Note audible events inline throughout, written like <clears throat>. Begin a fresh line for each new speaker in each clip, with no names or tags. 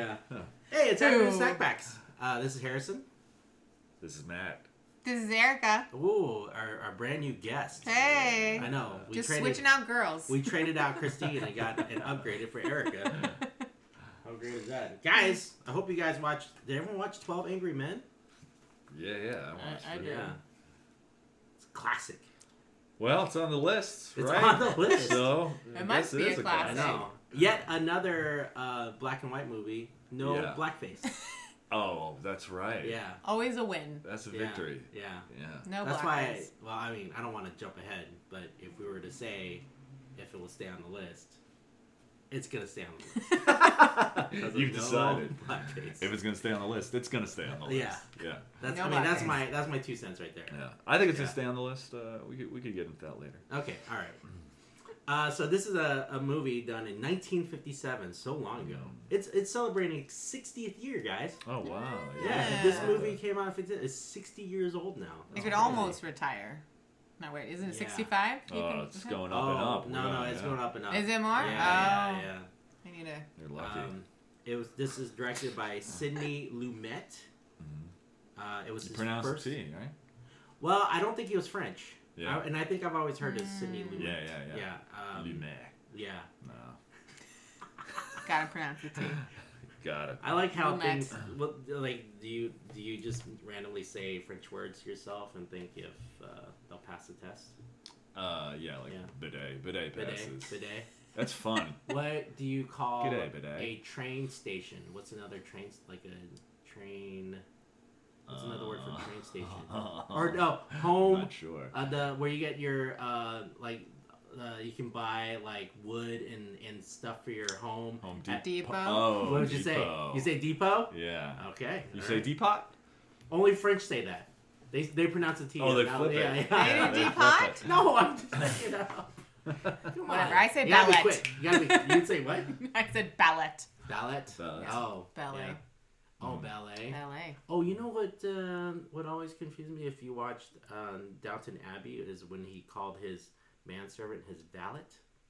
<laughs> it's after
Two.
snackbacks. Uh, this is Harrison.
This is Matt.
This is Erica.
Ooh, our, our brand new guest.
Hey.
I know. We
Just
traded,
switching out girls.
We traded out Christine and got and upgraded for Erica.
<laughs>
How great is that, guys? I hope you guys watched. Did everyone watch Twelve Angry Men?
Yeah, yeah. I watched
I
it.
did. Yeah.
it's a classic.
Well, it's on the list,
It's
right?
on the list.
So I
It must
guess
be
is
a
I
classic.
know. Yet another uh, black and white movie. No
Yeah.
blackface.
Oh, that's right.
Yeah.
Always a win.
That's a
yeah,
victory.
Yeah.
Yeah. <laughs>
No
That's
black
why.
eyes.
well, I mean, I don't want to jump ahead, but if we were to say if it will stay on the list, it's gonna stay on the list. <laughs>
<laughs>
Because of
You've
no <laughs>
decided.
blackface.
If it's gonna stay on the list, it's gonna stay on the list.
Yeah.
Yeah.
That's.
No
I mean, that's
blackface.
my that's my two cents right there.
Yeah. I think it's
Yeah.
gonna stay on the list. Uh, we could we could get into that later.
Okay, all right. Uh, so this is a, a movie done in 1957, so long ago.
Mm.
It's it's celebrating its 60th year, guys.
Oh wow.
Yeah,
Yeah.
this movie came out in 50, it's 60 years old now.
You
That's
could
crazy.
almost retire. No, wait, isn't it
Oh, Yeah.
65? You
Oh,
can-
it's going up and
Oh
up.
no, no, it's going up and up.
Is it more?
Yeah,
oh.
yeah,
I need to.
You're
yeah.
lucky.
Um, it was. This is directed by Sidney Lumet.
Mhm.
Uh, it was
you
his
pronounce
first.
it T, right?
Well, I don't think he was French.
Yeah.
I- and I think I've always heard of Sidney
Mm.
Lumet.
Yeah, yeah, yeah.
Yeah. Um,
Lumet.
Yeah.
No.
Gotta pronounce
<laughs>
it too.
Got it.
I like how
Lumet.
things. Well, like, do you do you just randomly say French words to yourself and think if uh, they'll pass the test?
Uh, yeah, like
Yeah.
bidet, bidet
Bidet,
passes.
bidet. <laughs>
That's fun.
What do you call
G'day, bidet.
a train station? What's another train? s- Like a train. What's another word for
Uh,
train
<laughs>
station? Or no,
I'm
home.
not sure.
Uh, the where you get your uh like. Uh, you can buy like wood and, and stuff for your home.
Home
at-
Depot.
Oh,
what would you
Depot.
say? You say depot?
Yeah.
Okay.
You
all
say
right.
Depot?
Only French say that. They they pronounce the T.
Oh, they
now-
flip
yeah,
it.
Yeah,
They
<laughs>
yeah.
didn't
flip
Depot?
<laughs>
it.
No, I'm
<laughs>
just saying. Come on.
Whatever, I say
you gotta
ballot.
Be quick. You gotta be. You'd say what?
<laughs> I said ballet.
Ballot.
Ballot.
Oh.
Ballet. Mm.
yeah. Oh, ballet.
LA.
Oh, you know what? Um, what always confused me if you watched um, Downton Abbey is when he called his manservant his valet,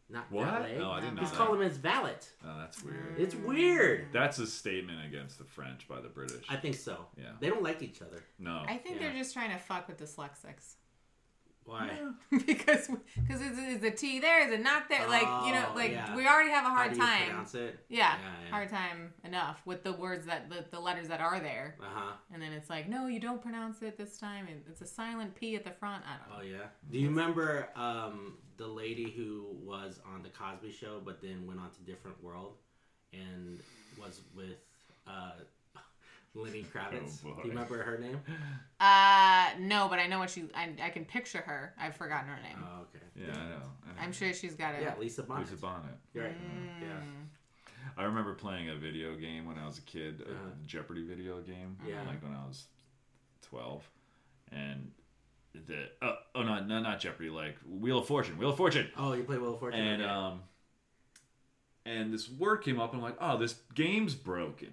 not
What?
valet.
No,
No.
I didn't know
He's
that.
calling him his valet.
oh, that's weird.
It's weird.
That's a statement against the French by the British.
I think so.
Yeah.
They don't like each other.
no.
I think
Oh, Yeah.
they're just trying to fuck with dyslexics.
Why?
<laughs> because because is, is the T there? Is it not there? Like, you know,
Oh,
like
yeah.
we already have a
How
hard
do you
time.
pronounce it?
Yeah,
Yeah, yeah.
hard time enough with the words that the, the letters that are there.
Uh huh.
And then it's like, no, you don't pronounce it this time. and It's a silent P at the front. I don't know.
Oh yeah. Do you remember um, the lady who was on the Cosby Show, but then went on to Different World, and was with uh, <laughs> Lenny Kravitz?
Oh, boy.
Do you remember her name?
Uh, no, but I know what she. I, I can picture her. I've forgotten her name.
Oh, okay.
yeah, I know. I know.
I'm sure she's got it. Mm.
Yeah, Lisa Bonet.
There's a bonnet.
You're right.
I remember playing a video game when I was a kid, a
Uh-huh.
Jeopardy video game,
Yeah.
like when I was 12. And the oh, oh no, no not Jeopardy, like Wheel of Fortune, Wheel of Fortune.
Oh, you play Wheel of Fortune.
And
okay.
um and this word came up and I'm like, "Oh, this game's broken."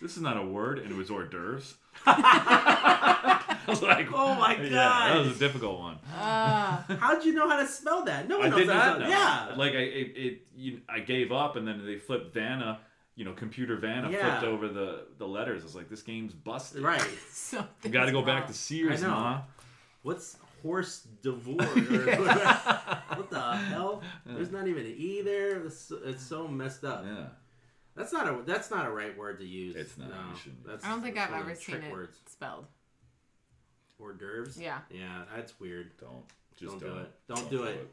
This is not a word and it was hors d'oeuvres. <laughs> um, I was like,
Oh my
yeah, that
gosh.
was a difficult one.
Ah,
<laughs> <laughs> how'd you know how to spell that? No
I
one knows
did
how
not
to
know.
spell Yeah.
Like I it, it you, I gave up and then they flipped Vanna, you know, computer Vanna
Yeah.
flipped over the the letters. I was like, this game's busted.
right.
so
You got to go back to Sears,
I know. <laughs>
ma.
What's horse divorce?
<laughs>
what the hell? There's not even an E there. It's, it's so messed up.
Yeah.
That's not a that's not a right word to use.
It's not.
No,
You shouldn't.
that's,
I don't think
that's
I've
one of
ever
the
seen
trick
it
Words.
spelled.
Hors d'oeuvres.
Yeah.
Yeah, that's weird.
Don't
Don't
just
do it. Don't do it.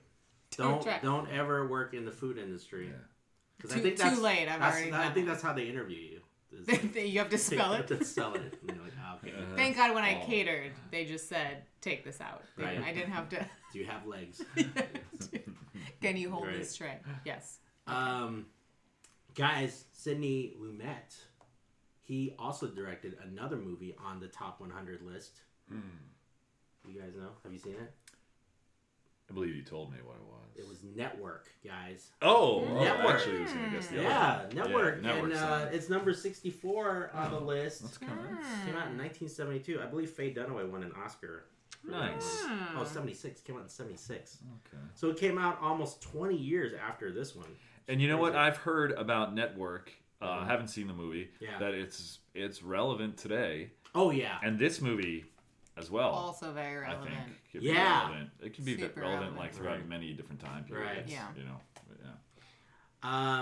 Don't
Don't
try.
don't ever work in the food industry.
Yeah.
'Cause
Too- too late, I've
that's,
already
that- I
done
think
that.
that's how they interview you.
<laughs>
is like,
you
<laughs>
have to
they
spell
have
it.
to sell it. And you're like, ah, okay.
Uh-huh.
Thank God when I
Oh.
catered, they just said, take this out. They-
Right.
I didn't have to.
Do you have legs? <laughs>
<laughs>
<laughs> Can you hold
Right.
this tray? Yes.
Um, guys, Sidney Lumet. He also directed another movie on the top 100 list.
hmm.
You guys know? Have you seen it?
I believe you told me what it was.
It was Network, guys.
Oh, oh,
Network.
actually, I was gonna guess the other
Yeah,
one.
Network. and
Network's on
uh,
it. Oh,
it's number 64 on the list.
That's coming.
Came
Hmm.
out in 1972. I believe Faye Dunaway won an Oscar. for that
Nice.
one.
Hmm.
Oh, 76. Came out in 76.
Okay.
So it came out almost 20 years after this one.
And you know what I've heard about Network uh, haven't seen the movie,
Mm-hmm. Yeah.
that it's it's relevant today,
Oh yeah.
and this movie as well.
Also very
I
relevant.
think could
Yeah.
be relevant. It can be
Super
relevant,
relevant.
like throughout
Right.
many different time periods.
Right.
Yeah.
You know. but Yeah.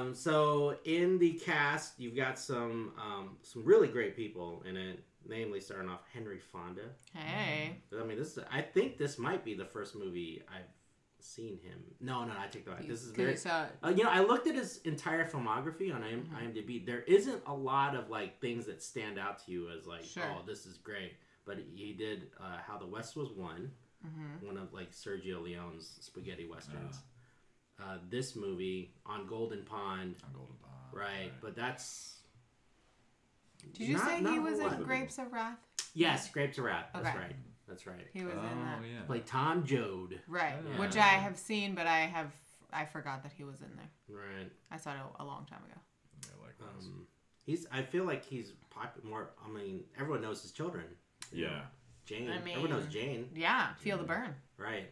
Um, so in the cast, you've got some um, some really great people in it. Namely, starting off Henry Fonda.
Hmm.
Hey.
I mean, this is, I think this might be the first movie I've seen him. No, no, I take that. back. This is
'Cause
very.
you saw it.
Uh, you know, I looked at his entire filmography on IM- IMDb. There isn't a lot of like things that stand out to you as like,
Sure.
oh, this is great. But he did uh, How the West Was Won,
Mhm.
one of like Sergio Leone's spaghetti westerns. Uh, this movie on Golden Pond,
On Golden Pond.
right? But that's.
Did you
not-
say
not
he
a
was
whole
in
lot.
Grapes of Wrath?
Yes, Grapes of Wrath. That's
Okay.
right. That's right.
He was in that.
Oh yeah.
Play Tom Joad.
Right.
Yeah.
Which I have seen, but I have I forgot that he was in there.
Right.
I saw it a, a long time ago.
Yeah, likewise.
Um, he's. I feel like he's popular. More. I mean, everyone knows his children. you know,
yeah.
Jane.
I
everyone knows
mean-
Jane.
Yeah, feel the burn. <laughs>
Right.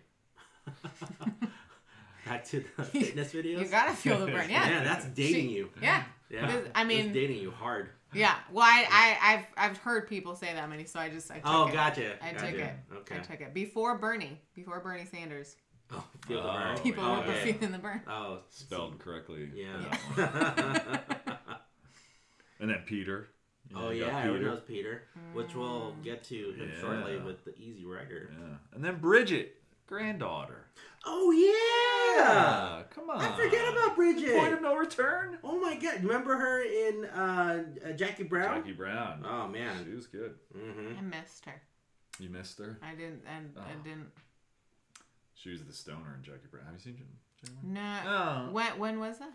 Back to the fitness videos.
You gotta feel the
<laughs>
burn. Yeah.
yeah, that's dating
She-
you.
Yeah.
Yeah.
This- I
That's
mean-
dating you hard.
Yeah. Well, I, I I've I've heard people say that many, so I just I took
Oh,
it.
gotcha.
I took
gotcha.
it.
Okay.
I took it before Bernie, before Bernie Sanders.
oh, feel the
Oh,
burn.
People
oh,
were
okay.
feeling the burn.
Oh,
Spelled correctly. for
Yeah.
that
<laughs>
one.
<laughs>
And then Peter. You know,
oh
you got
yeah, everyone
Peter.
knows Peter, which we'll
Mm.
get to him
Yeah.
shortly with the Easy Rider.
Yeah. And then Bridget, granddaughter.
Oh yeah!
Ah, come on.
I forget about
Point of
Bridget.
no return.
Oh my god, remember her in uh, uh, Jackie Brown?
Jackie Brown.
Oh man.
She was good.
Mm-hmm.
<laughs> I missed her.
You missed her.
I didn't and I
Oh.
didn't
She was the stoner in Jackie Brown. Have you seen Jackie Brown?
no
Uh-huh.
Oh.
when when was that?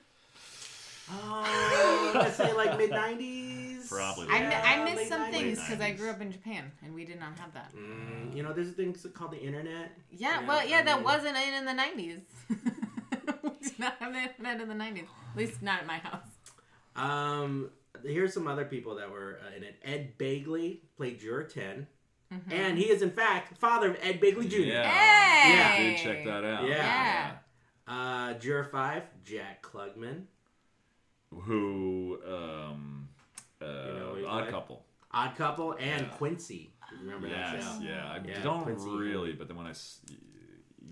Oh, let's say like mid '90s.
Probably
I, mi- I
Yeah,
missed
late
some
90s.
things because I
90s.
grew up in Japan and we did not have that.
Mm, you know, there's things called the internet.
Yeah,
Yeah,
well, yeah,
I
that
mean-
wasn't in in the nineties. <laughs> we did not have the internet in the nineties, at least not at my house.
Um, here's some other people that were uh, in it. Ed Bagley played Juror 10
Mm-hmm.
and he is in fact father of Ed Bagley Jr.
Yeah.
Hey!
Dude, check that out.
Yeah.
Yeah.
Uh, Juror Five, Jack Klugman.
Who, um, uh,
know, he
Odd
played-
Couple.
Odd Couple and
Yeah.
Quincy. You Remember that
Yes.
show?
Yeah. I
Yeah,
don't
Quincy.
really, but then when I, s-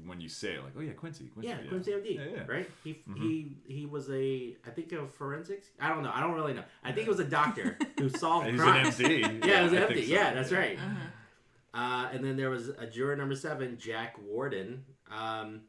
when you say it, like, oh yeah, Quincy. Quincy
Yeah, Quincy MD,
Yeah, Mm-hmm. yeah.
right? He he he was a I think a forensics. I don't know. I don't really know. I think it was a doctor
<laughs>
who solved
He's an
crimes. <laughs>
MD.
Yeah, it was
I
an
think
MD.
so.
Yeah, that's right.
Uh-huh.
Uh, and then there was a juror number seven, Jack Warden. Um,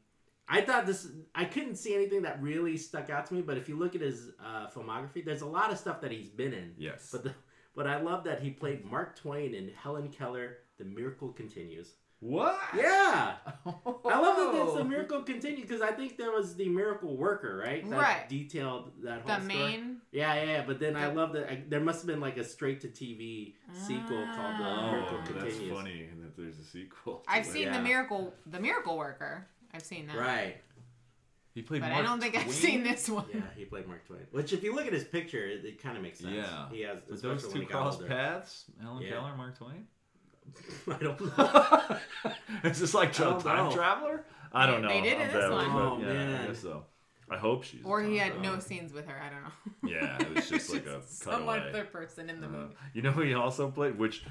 I thought this. I couldn't see anything that really stuck out to me, but if you look at his uh, filmography, there's a lot of stuff that he's been in.
Yes.
But the, but I love that he played Mark Twain in Helen Keller. The miracle continues.
What?
Yeah, I love that. That's
Oh.
the miracle continues because I think there was the miracle worker, right? That
Right.
Detailed that whole
The
story.
main
Yeah, yeah, yeah. But then I
The-
love that I, there must have been like a straight to TV sequel called The
Ah.
Miracle
Oh, that's
Continues.
funny that there's a sequel. to
I've
that.
seen
Yeah.
the miracle, the miracle worker. I've seen that,
Right.
<laughs>
He played.
but I
Mark
don't think I've
Twain?
seen this one.
Yeah, he played Mark Twain. Which, if you look at his picture, it, it kind of makes sense.
Yeah.
He has.
But
especially
those
when
two
he got
cross
older.
paths, Alan
Yeah.
Keller, Mark Twain.
<laughs> I don't know.
<laughs> Is this like
I
a
don't
time
know.
traveler? I don't know.
They did
I'm
in this
bad with
one.
that.
Oh,
yeah, I
man.
guess so. I hope she's. a
Or he
time
had no
traveler.
scenes with her. I don't know.
Yeah,
<laughs>
it was just like a
some
cutaway.
other person in the
Uh,
movie.
you know who he also played, which,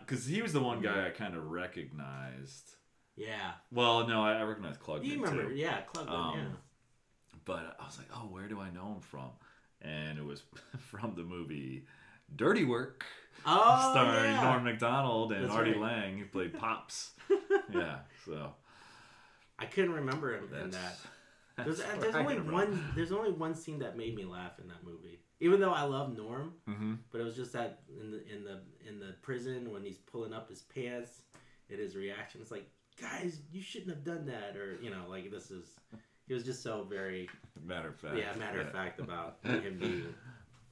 because he was the one guy I kind of recognized.
yeah.
Well, no, I, I recognized Klugman
You remember?
too.
Yeah, Clubman.
Um,
yeah.
But I was like, oh, where do I know him from? And it was <laughs> from the movie Dirty Work.
Oh,
starring
yeah.
Norm Macdonald and
That's
Artie
right.
Lang,
<laughs>
who played Pops. yeah, so
I couldn't remember him in
that's,
that.
<laughs> that's
There's, uh,
where
there's
I
only
get it from.
one. There's only one scene that made me laugh in that movie. Even though I love Norm,
Mhm.
but it was just that in the in the in the prison when he's pulling up his pants, and his reaction is like, "Guys, you shouldn't have done that," or you know, like this is. He was just so very
Matter of fact.
yeah matter of fact
<laughs>
about him being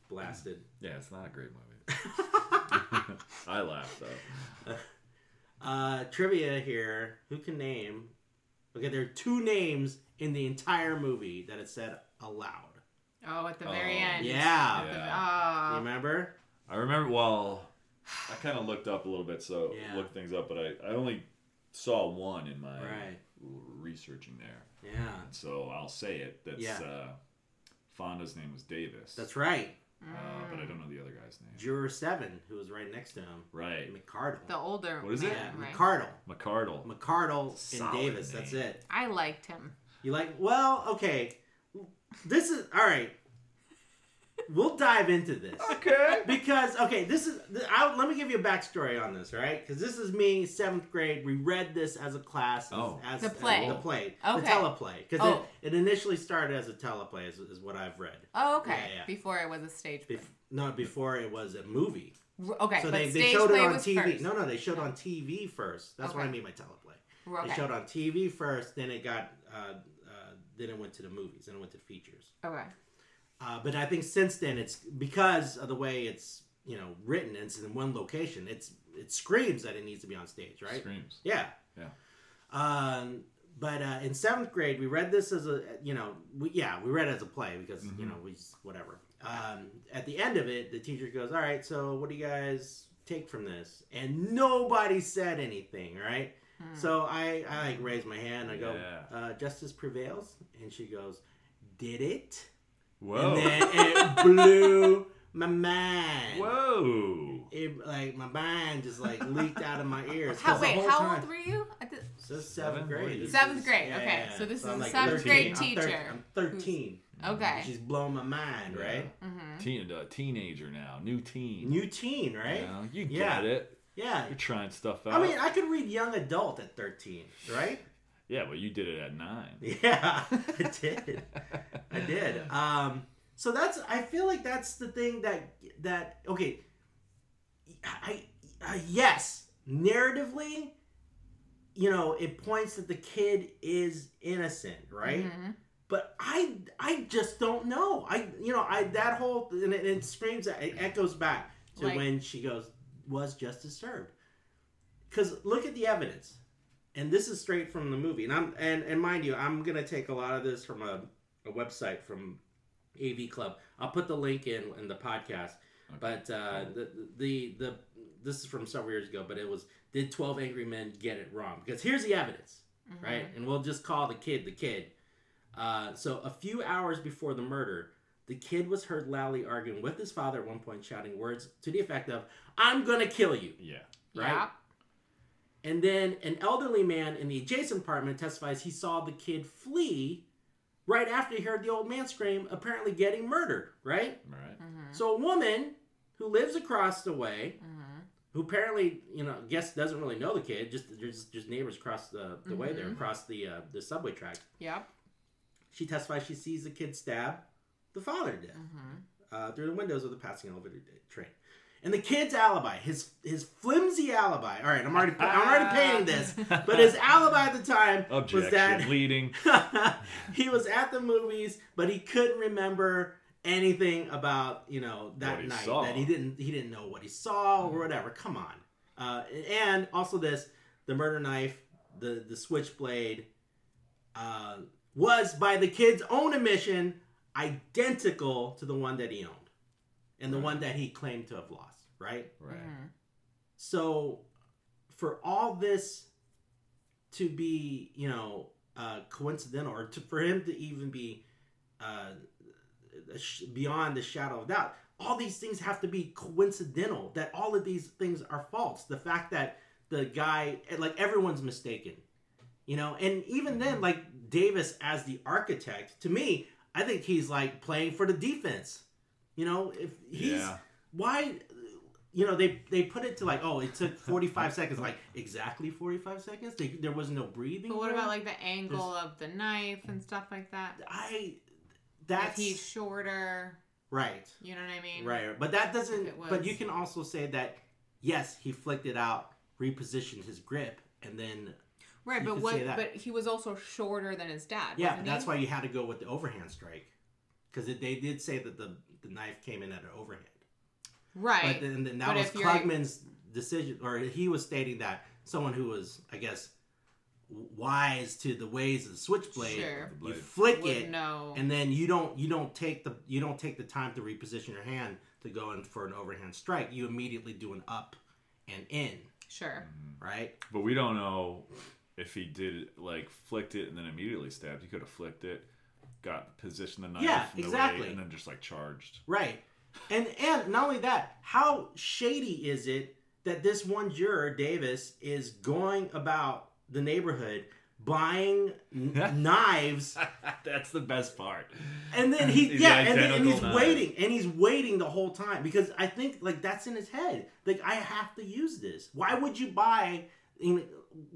blasted.
Yeah, it's not a great
<laughs>
movie. <laughs> I laughed though.
Uh, trivia here: Who can name? Okay, there are two names in the entire movie that it said aloud.
Oh, at the very
Oh.
end.
Yeah,
The-
Yeah.
ah.
you remember?
I remember. Well, I kind of looked up a little bit, so
Yeah.
looked things up, but I, I only saw one in my
Right.
researching there,
Yeah,
and so I'll say it. That's
Yeah.
uh, Fonda's name was Davis.
that's right.
Mm.
Uh, but I don't know the other guy's name.
Juror Seven, who was right next to him,
Right.
McCardle.
The older
What is it?
yeah,
man, right?
McCardle,
McCardle.
McCardle
Solid
and Davis. That's
name.
it.
I liked him.
You like? Well, okay. This is all right. We'll dive into this.
Okay.
because okay this is th- I, let me give you a backstory on this all right because this is me seventh grade we read this as a class as,
Oh.
as
The play.
the play the
Okay.
teleplay because
Oh.
it, it initially started as a teleplay is, is what i've read
Oh, okay.
Yeah, yeah.
Before it was a stage play.
Bef- not before it was a movie
R- okay,
so
but
they,
stage
they showed
play
it on
was
tv
first.
no no they showed on tv first that's what i
Okay.
mean by teleplay
Okay.
they showed on tv first then it got uh, uh, then it went to the movies then it went to features
okay.
Uh, but I think since then it's because of the way it's you know written and it's in one location. It's it screams that it needs to be on stage, right?
Screams.
Yeah.
Yeah.
Um, but uh, in seventh grade, we read this as a you know we yeah we read it as a play because you
Mhm.
know we just, whatever. Um, at the end of it, the teacher goes, "All right, so what do you guys take from this?" And nobody said anything, right?
Hmm.
So I I like raise my hand. I go,
Yeah.
uh, "Justice prevails," and she goes, "Did it?"
Whoa.
And then it blew my mind.
Whoa.
It like my mind just like leaked out of my ears. 'cause
How,
the
wait,
whole
how
time-
old were you? At the,
So seventh
Seven?
grade. This
Seventh
is-
grade, okay. So this is
I'm
a seventh grade
13. I'm thir-
teacher
I'm 13.
okay.
She's blowing my mind, right?
hmm
Teen, uh, teenager now. New teen.
New teen, right?
You, know, you
Yeah.
get it.
Yeah.
You're trying stuff out.
I mean, I could read young adult at 13, right? <laughs>
yeah, but you did it at nine.
Yeah,
<laughs>
I did. I did. Um, so that's. I feel like that's the thing that that okay. I uh, yes, narratively, you know, it points that the kid is innocent, right?
Mhm.
But I I just don't know. I you know I that whole and it, it screams it echoes back to
Like-
when she goes was justice served. Because look at the evidence, and this is straight from the movie. And I'm and and mind you, I'm gonna take a lot of this from a, a website from AV Club. I'll put the link in in the podcast.
Okay.
But uh, the, the the this is from several years ago, but it was did Twelve Angry Men get it wrong? Because here's the evidence
Mm-hmm.
right? And we'll just call the kid the kid. Uh, so a few hours before the murder, the kid was heard loudly arguing with his father at one point, shouting words to the effect of "I'm gonna kill you."
Yeah.
Right?
Yeah.
And then an elderly man in the adjacent apartment testifies he saw the kid flee right after he heard the old man scream, apparently getting murdered. Right?
All right.
Mhm.
So a woman who lives across the way
Mhm.
who apparently you know guess doesn't really know the kid just just, just neighbors across the, the way there
Mhm.
across the uh, the subway tracks
Yep.
She testifies she sees the kid stab the father to death
Mhm.
uh, through the windows of the passing elevator d- train. And the kid's alibi, his his flimsy alibi. All right, I'm already I'm already
<laughs>
painting this, <laughs> but his alibi at the time
<laughs> Objection.
was that
Leading.
<laughs> he was at the movies, but he couldn't remember anything about you know
What
that
he
night
saw. Mm-hmm.
that he didn't he didn't know what he saw or whatever. Come on, uh, and also this the murder knife, the the switchblade, uh, was by the kid's own admission identical to the one that he owned, and the
Right.
one that he claimed to have lost. Right.
Right.
Mhm.
So, for all this to be, you know, uh, coincidental, or to, for him to even be uh, a sh- beyond the shadow of doubt, all these things have to be coincidental. That all of these things are false. The fact that the guy, eh, like everyone's mistaken, you know, and even then, like Davis as the architect, to me, I think he's like playing for the defense. You know, if he's
Yeah.
why you know they they put it to like oh it took 45 seconds like exactly 45 seconds they, there was no breathing
But what about
room?
like the angle of the knife and stuff like that?
i
If
that's
he's shorter,
right
you know what I mean?
right but that doesn't
If it
but
was-
you can also say that yes he flicked it out repositioned his grip and then
Right,
You
but
could
what?
say that.
But he was also shorter than his dad.
yeah
wasn't
but that's
he?
why you had to go with the overhand strike because they did say that the the knife came in at an overhand
Right.
But then, then that
But
was
if you're-
Klugman's decision, or he was stating that someone who was, I guess, w- wise to the ways of the switchblade,
Sure.
The
you
blade.
flick
Would
it,
know.
and then you don't you don't take the you don't take the time to reposition your hand to go in for an overhand strike. You immediately do an up and in,
sure.
Mm.
right?
But we don't know if he did like flicked it and then immediately stabbed. He could have flicked it, got positioned the knife,
Yeah,
in the way,
exactly.
and then just like charged. <laughs>
Right. And and not only that, how shady is it that this one juror, Davis, is going about the neighborhood buying
<laughs>
n- knives
That's the best part.
and
<laughs>
then he
The
yeah and, then, and
identical
he's
knives.
waiting and he's waiting the whole time because i think like that's in his head like i have to use this why would you buy you know,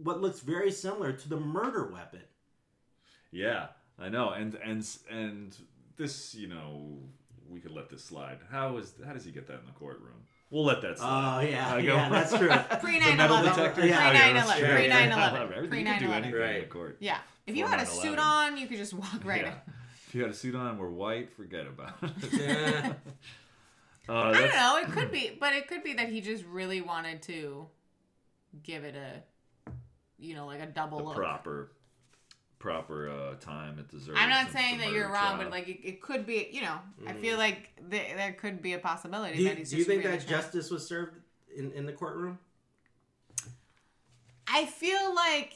what looks very similar to the murder weapon
Yeah, I know. And and and this, you know, we could let this slide. How is how does he get that in the courtroom? We'll let that slide.
oh yeah
I go- <laughs>
yeah that's true
<laughs> Pre
the
9
metal
11.
detectors.
Pre
Yeah,
9
that's
11.
true.
Pre 9
Yeah,
11.
everything.
Pre
<laughs> You could
9 11.
do anything in the
Right.
court.
Yeah. If you
Before
had a suit
9/11.
on, you could just walk right in.
Yeah. If you had a suit on, we're white. Forget about it.
<laughs>
<laughs>
Yeah.
Uh,
I
<laughs> that's-
don't know. It could be, but it could be that he just really wanted to give it a, you know, like a double
the
look.
proper proper uh, time it deserves.
I'm not
since
saying
the
that you're
murder
wrong,
trial.
but like it, it could be. You know, I feel like th- there could be a possibility
Mm. do, you-
that he's
do
just.
you think
really
that
trying-
justice was served in, in the courtroom
I feel like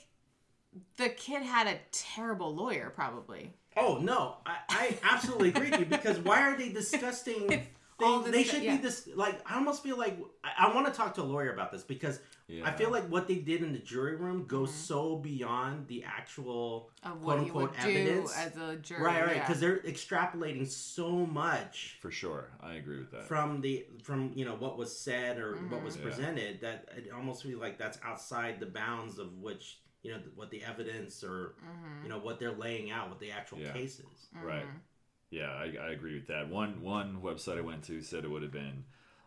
the kid had a terrible lawyer, probably.
oh no i, I absolutely agree with you because why are they disgusting
all this
Things, they
stuff-
should
yeah.
be this like I almost feel like I, I want to talk to a lawyer about this because I
Yeah.
feel like what they did in the jury room goes
Mm-hmm.
so beyond the actual
Oh,
Of
quote
what he would
unquote evidence.
do as a juror.
right, right,
yeah.
because they're extrapolating so much
for sure, I agree with that.
from the from you know what was said or what was
Mhm. Yeah.
presented that it almost feel like that's outside the bounds of which you know what the evidence or
Mhm.
you know what they're laying out, what the actual
Yeah.
case is.
Right.
Mm-hmm.
Yeah, I, I agree with that. One one website I went to said it would have been,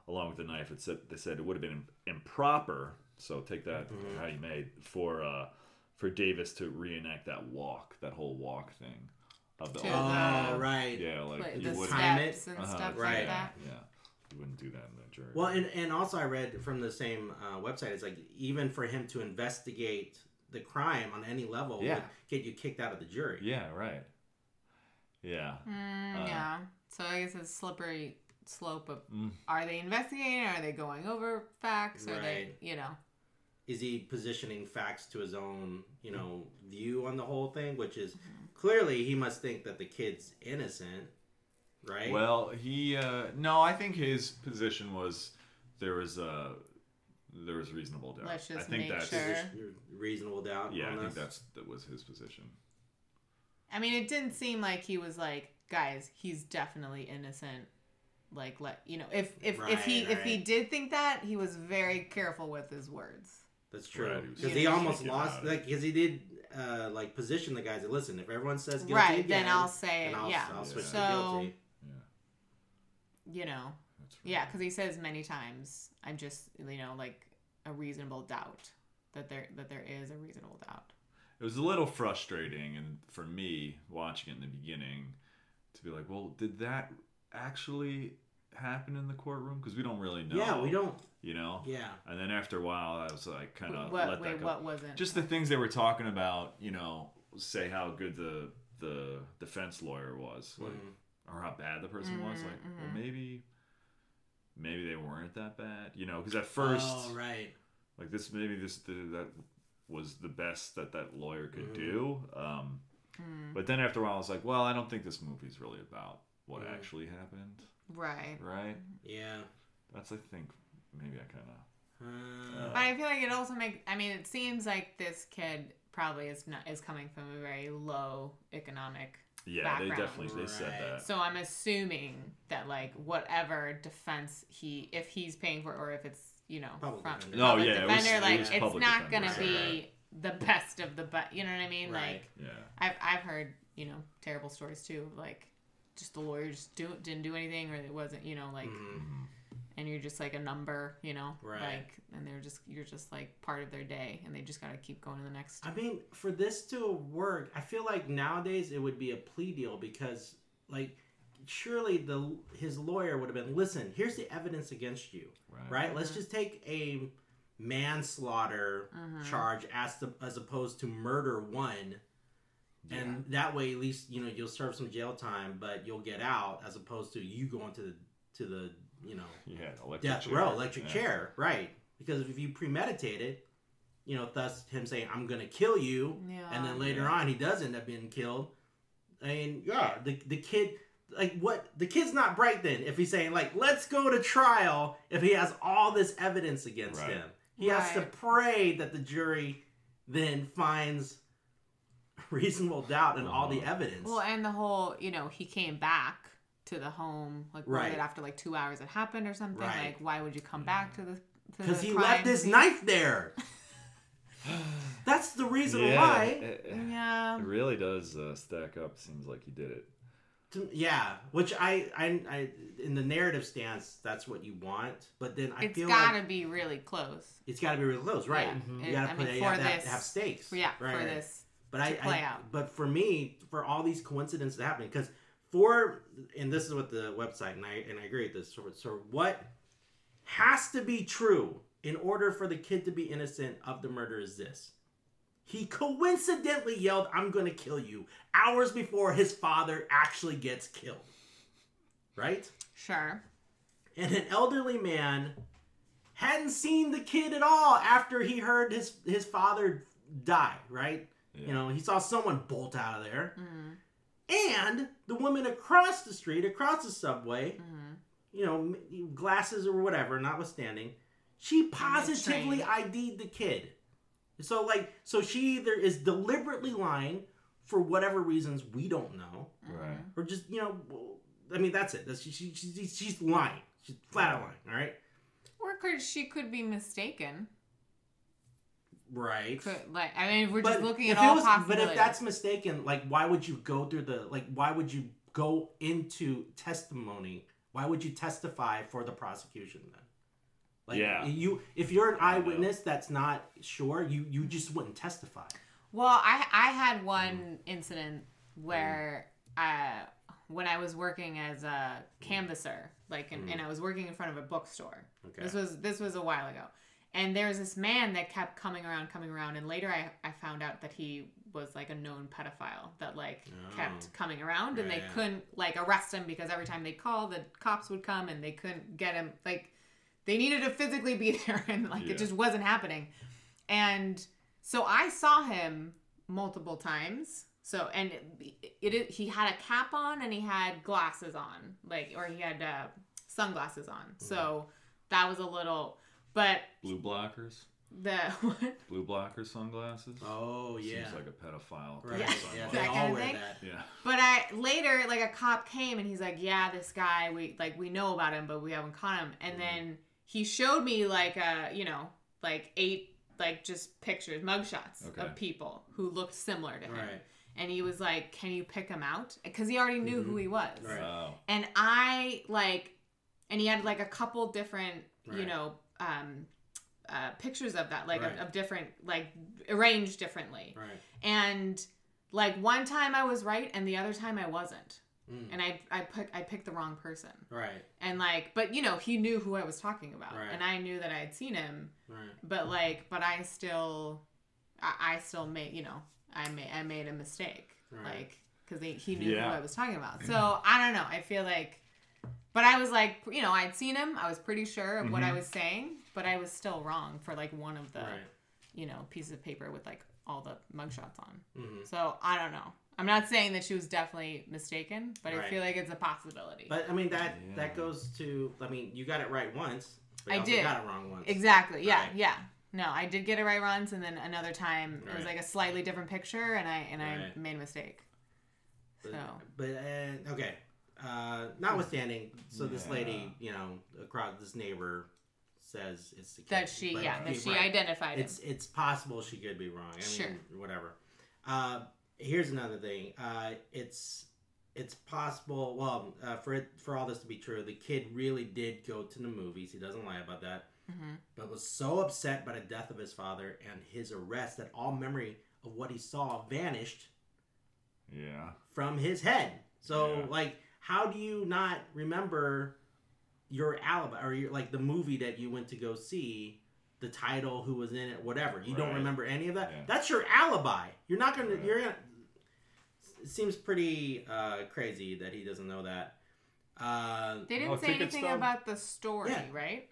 along with the knife, it said they said it would have been improper. So take that
Mm-hmm.
how you may for uh, for Davis to reenact that walk, that whole walk thing of the
To
Oh,
the-
right.
yeah, like
Like
you
the
wouldn't
Time it.
steps and
Uh-huh,
stuff
Right.
like that.
yeah, you wouldn't do that in the jury.
Well,
room.
and, and also I read from the same uh, website, it's like even for him to investigate the crime on any level
Yeah.
would get you kicked out of the jury.
yeah, right, yeah.
Uh-huh.
Mm,
Uh,
yeah. So I guess it's slippery slope of
Mm.
are they investigating? Are they going over facts? Are they,
Right.
you know?
Is he positioning facts to his own, you know, view on the whole thing, which is
Mm-hmm.
clearly he must think that the kid's innocent, right?
Well, he uh, no, I think his position was there was a there was reasonable doubt.
Let's just
I
make
think that's
sure.
There's reasonable doubt.
yeah,
on
I think
this.
that's that was his position.
I mean, it didn't seem like he was like, guys, he's definitely innocent. Like, let you know, if if if he
Right,
if he
right.
did think that, he was very careful with his words.
That's true.
Right, he was
Because
just
he almost
thinking
lost,
about it.
like, because he did, uh, like, position the guys that listen. If everyone says guilty,
right?
again,
then I'll say,
then I'll,
yeah,
I'll switch
So-
to guilty.
Yeah,
you know,
that's right.
yeah, because he says many times, I'm just, you know, like a reasonable doubt that there that there is a reasonable doubt.
it was a little frustrating, and for me watching it in the beginning, to be like, well, did that actually happen in the courtroom? Because we don't really know.
Yeah, we don't.
You know.
Yeah.
And then after a while, I was like, kind of
what
let
wait,
that go.
what wasn't?
just the things they were talking about you know say how good the the defense lawyer was like
Mm. Mm-hmm.
or how bad the person was
Mhm,
like well
mhm.
maybe maybe they weren't that bad you know because at first
Oh, right.
like this maybe this the, that was the best that that lawyer could
Mm-hmm.
do um
hmm,
but then after a while i was like well i don't think this movie's really about what
Mhm.
actually happened
right.
right
Yeah.
that's i think maybe i kind of
Uh,
But I feel like it also makes. I mean, it seems like this kid probably is not is coming from a very low economic.
yeah they
Background.
definitely they said
Right.
that
So I'm assuming that like whatever defense he, if he's paying for, or if it's you know
Public
from
defender.
No, yeah, it
defender,
was- it
like
was
it's
public
not gonna
defender,
right,
be the best of the best. You know what I mean?
Right.
Like
yeah
I've I've heard you know terrible stories too. of, Like just the lawyer just do, didn't do anything, or it wasn't you know like
mhm.
Mm-hmm.
and you're just like a number, you know,
Right.
like, and they're just you're just like part of their day, and they just gotta keep going to the next.
I mean, for this to work, I feel like nowadays it would be a plea deal because, like, surely the his lawyer would have been, listen, here's the evidence against you,
right,
right? Let's just take a manslaughter
Uh-huh. Mm-hmm.
charge as the, as opposed to murder one, and that way at least you know you'll serve some jail time, but you'll get out as opposed to you going to the to the you know
yeah electric
death
chair.
row, electric
Yeah. <gasps>
chair, right? Because if you premeditate it, you know, thus him saying, "I'm gonna kill you,"
Yeah.
and then later
Uh, Yeah.
on he does end up being killed. I mean, yeah, the the kid, like what the kid's not bright then if he's saying like let's go to trial if he has all this evidence against
Right.
him he has to
Right.
pray that the jury then finds reasonable doubt in all the
Uh-huh.
evidence
Well, and the whole, you know, he came back to the home like
Right.
right after like two hours it happened or something.
Right.
Like, why would you come back to the?
because
Because
he left his knife there that's the reason why
it- it-
Yeah.
It really does uh, stack up. Seems like he did it.
To- yeah which I, I i in the narrative stance that's what you want but then i
It's
feel
gotta
like
be really close.
it's got to be real close right
Yeah.
Mhm.
you
It-
got
I
to put
mean,
you have
for
to have-
this.
have stakes
For, yeah,
right,
for
right.
this.
But I,
to play
I-
out.
but for me, for all these coincidences to happen, because for and this is what the website and I and I agree with this. So, so what has to be true in order for the kid to be innocent of the murder is this: he coincidentally yelled, "I'm going to kill you," hours before his father actually gets killed. Right,
Sure.
and an elderly man hadn't seen the kid at all after he heard his his father die. Right.
Yeah.
You know, he saw someone bolt out of there.
Mm-hmm.
And the woman across the street, across the subway,
Mm-hmm.
you know, m- glasses or whatever, notwithstanding, she positively ID'd the kid. So, like, so she either is deliberately lying for whatever reasons we don't know,
Right.
or just, you know, well, I mean, that's it. That's, she, she, she, she's lying. She's flat out lying, all right?
Or could she could be mistaken?
Right.
Could like I mean we're just looking at
if it
all
was- But
possibilities.
if that's mistaken, like why would you go through the like why would you go into testimony? Why would you testify for the prosecution then? Like
Yeah.
you if you're an
I know.
eyewitness that's not sure, you you just wouldn't testify.
Well, I I
Mm.
had one incident where uh when I was working as a canvasser, like and, and I was working in front of a bookstore.
Mm. Okay.
This was this was a while ago. And there was this man that kept coming around, coming around, and later I, I found out that he was like a known pedophile that like
Oh.
kept coming around and
Yeah,
they
yeah.
couldn't like arrest him because every time they called the cops would come and they couldn't get him like they needed to physically be <laughs> there and like
Yeah.
it just wasn't happening. And so I saw him multiple times. So and it, it, it he had a cap on and he had glasses on, like or he had uh, sunglasses on. So that was a little, but
Blue blockers.
the <laughs>
Blue blocker sunglasses.
Oh yeah.
Seems like a pedophile.
right.
Yeah.
Yeah,
sunglasses.
That
they
kind
all
of
wear
thing.
that.
Yeah.
But I later, like a cop came and he's like, "Yeah, this guy, we like we know about him, but we haven't caught him." And
Mhm.
then he showed me like uh, you know, like eight like just pictures, mugshots
Okay.
of people who looked similar to him.
Right.
And he was like, "Can you pick him out?" Because he already knew who
Mhm.
he was.
Right.
Wow.
And I like, and he had like a couple different, you
Right.
know, um, uh, pictures of that, like
Right.
of, of different, like arranged differently.
Right.
And like one time I was right and the other time I wasn't.
Mm.
And I I pick I picked the wrong person.
Right.
And like but you know, he knew who I was talking about.
Right.
And I knew that I had seen him,
Right.
but like but I still I, I still made, you know, I made I made a mistake.
Right.
Like cuz he knew
Yeah.
who I was talking about. So, I don't know. I feel like but I was like, you know, I'd seen him. I was pretty sure of what I
Mhm.
was saying, but I was still wrong for like one of the,
Right.
you know, pieces of paper with like all the mugshots on.
hmm
So I don't know. I'm not saying that she was definitely mistaken, but I
Right.
feel like it's a possibility.
But I mean that
Yeah.
that goes to I mean you got it right once. But you
I
also
did.
Got it wrong once.
exactly. Yeah.
Right.
Yeah. No, I did get it right once, and then another time it was
Right.
like a slightly different picture, and I and
Right.
I made a mistake.
But,
So.
but uh, okay. Uh, notwithstanding, so this lady, you know, across this neighbor says it's the kid.
That she,
but-
yeah, that
yeah,
she
right.
identified
It's
him.
it's possible she could be wrong. I mean,
Sure.
whatever. Uh, here's another thing. Uh, it's it's possible. Well, uh, for it, for all this to be true, the kid really did go to the movies. He doesn't lie about that
Mhm.
but was so upset by the death of his father and his arrest that all memory of what he saw vanished
Yeah.
from his head. So
Yeah.
like, how do you not remember your alibi or your like the movie that you went to go see? The title, who was in it, whatever. You don't
Right.
remember any of that.
Yeah.
That's your alibi. You're not gonna.
Right.
You're gonna. It seems pretty uh, crazy that he doesn't know that. Uh,
They didn't
No
say
tickets,
anything
though?
about the story,
Yeah.
right?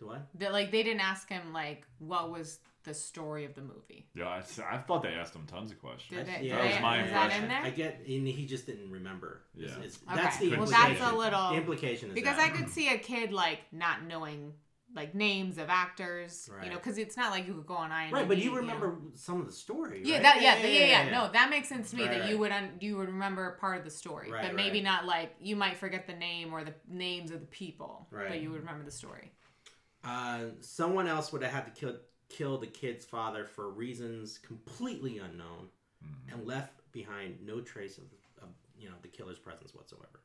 what?
That like they didn't ask him like what was the story of the movie.
Yeah, I, I thought they asked him tons of
Did
questions.
they,
Yeah.
That was
they-
my
is that in
impression.
there?
I get, and he just didn't remember. It's-
Yeah.
it's-
Okay.
that's the
well,
implication.
that's a little
the implication is
because I
that.
could see a kid like not knowing like names of actors, you know,
Right.
because it's not like you could go on IMDb.
right, but you
know.
remember some of the story.
Yeah,
right?
that yeah, yeah, yeah, No, that makes sense to me
Right,
that
right.
you would un- you would remember part of the story,
Right,
but maybe
right.
not like you might forget the name or the names of the people, but
Right.
you would remember the story.
Uh, someone else would have had to kill kill the kid's father for reasons completely unknown,
Mm.
and left behind no trace of, of you know the killer's presence whatsoever.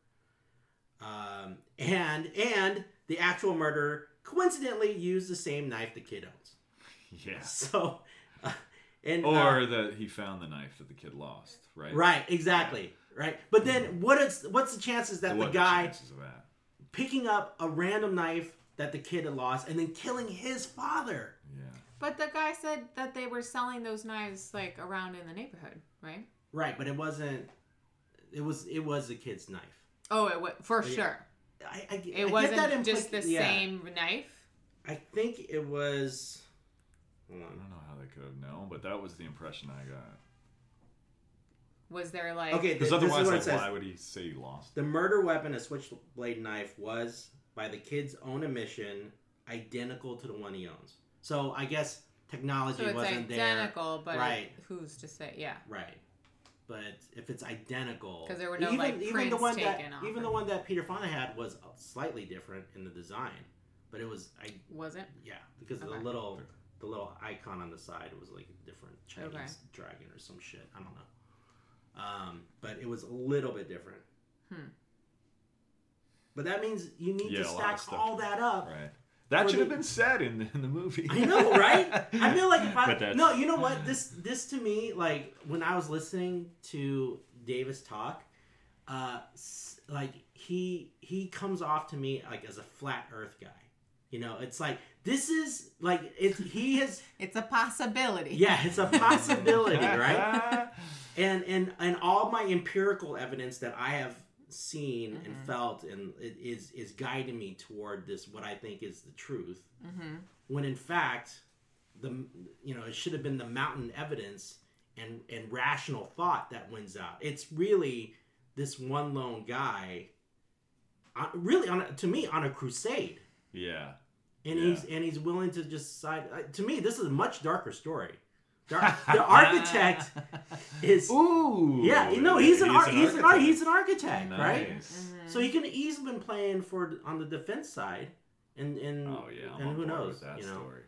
Um, and and the actual murderer coincidentally used the same knife the kid owns.
<laughs> Yeah.
So, <laughs> uh, and uh,
Or that he found the knife that the kid lost, right?
right, exactly, right. But then what is what's the chances
So
that
what
the
are
guy
chances of that?
picking up a random knife that the kid had lost and then killing his father?
Yeah.
But the guy said that they were selling those knives like around in the neighborhood, right?
Right, but it wasn't. It was it was the kid's knife.
Oh, it was, for
Yeah.
sure.
I, I,
It
I
wasn't
get that impli-
just the
yeah.
same knife.
I think it was. Hold
I
on.
don't know how they could have known, but that was the impression I got.
Was there like
Okay, th-
Because
this is
otherwise,
what
like,
it says.
why would he say he lost?
The murder weapon, a switchblade knife, was, by the kid's own admission, identical to the one he owns. So I guess technology
so it's
wasn't
identical, but
Right.
who's to say? Yeah.
there. Right. But if it's identical,
'Cause there were no, like,
the
prints
one
taken
that
off
even
of
the
it.
one that Peter Fonda had was slightly different in the design, but it was I
Was it?
yeah because of
Okay.
the little the little icon on the side was like a different Chinese
Okay.
dragon or some shit I don't know, um, but it was a little bit different.
Hmm.
But that means you need
Yeah,
to
a lot of
stack
stuff.
all that up
Right. That
For
should have
the-
been said in the, in the movie.
I know, right? I feel
<laughs>
like if I
But that's-
no, you know what this this to me like when I was listening to Davis talk, uh, s- like he he comes off to me like as a flat Earth guy. You know, it's like this is like it's he is
It's a possibility.
yeah, it's a
<laughs>
possibility, right? and and and all my empirical evidence that I have seen and felt and it is is guiding me toward this what I think is the truth.
Mm-hmm.
When in fact, the you know it should have been the mountain evidence and and rational thought that wins out. It's really this one lone guy, uh, really on a, to me on a crusade,
Yeah.
and
Yeah.
he's and he's willing to just side. uh, To me, this is a much darker story. The,
<laughs>
ar- the architect is
Ooh.
yeah, you know, he's an, ar- he's an ar-
architect.
he's an architect, right?
Nice.
Mm-hmm.
So he could easily been playing for on the defense side, and and
Oh yeah, I'm
and who
on board
knows,
with that
you know?
story.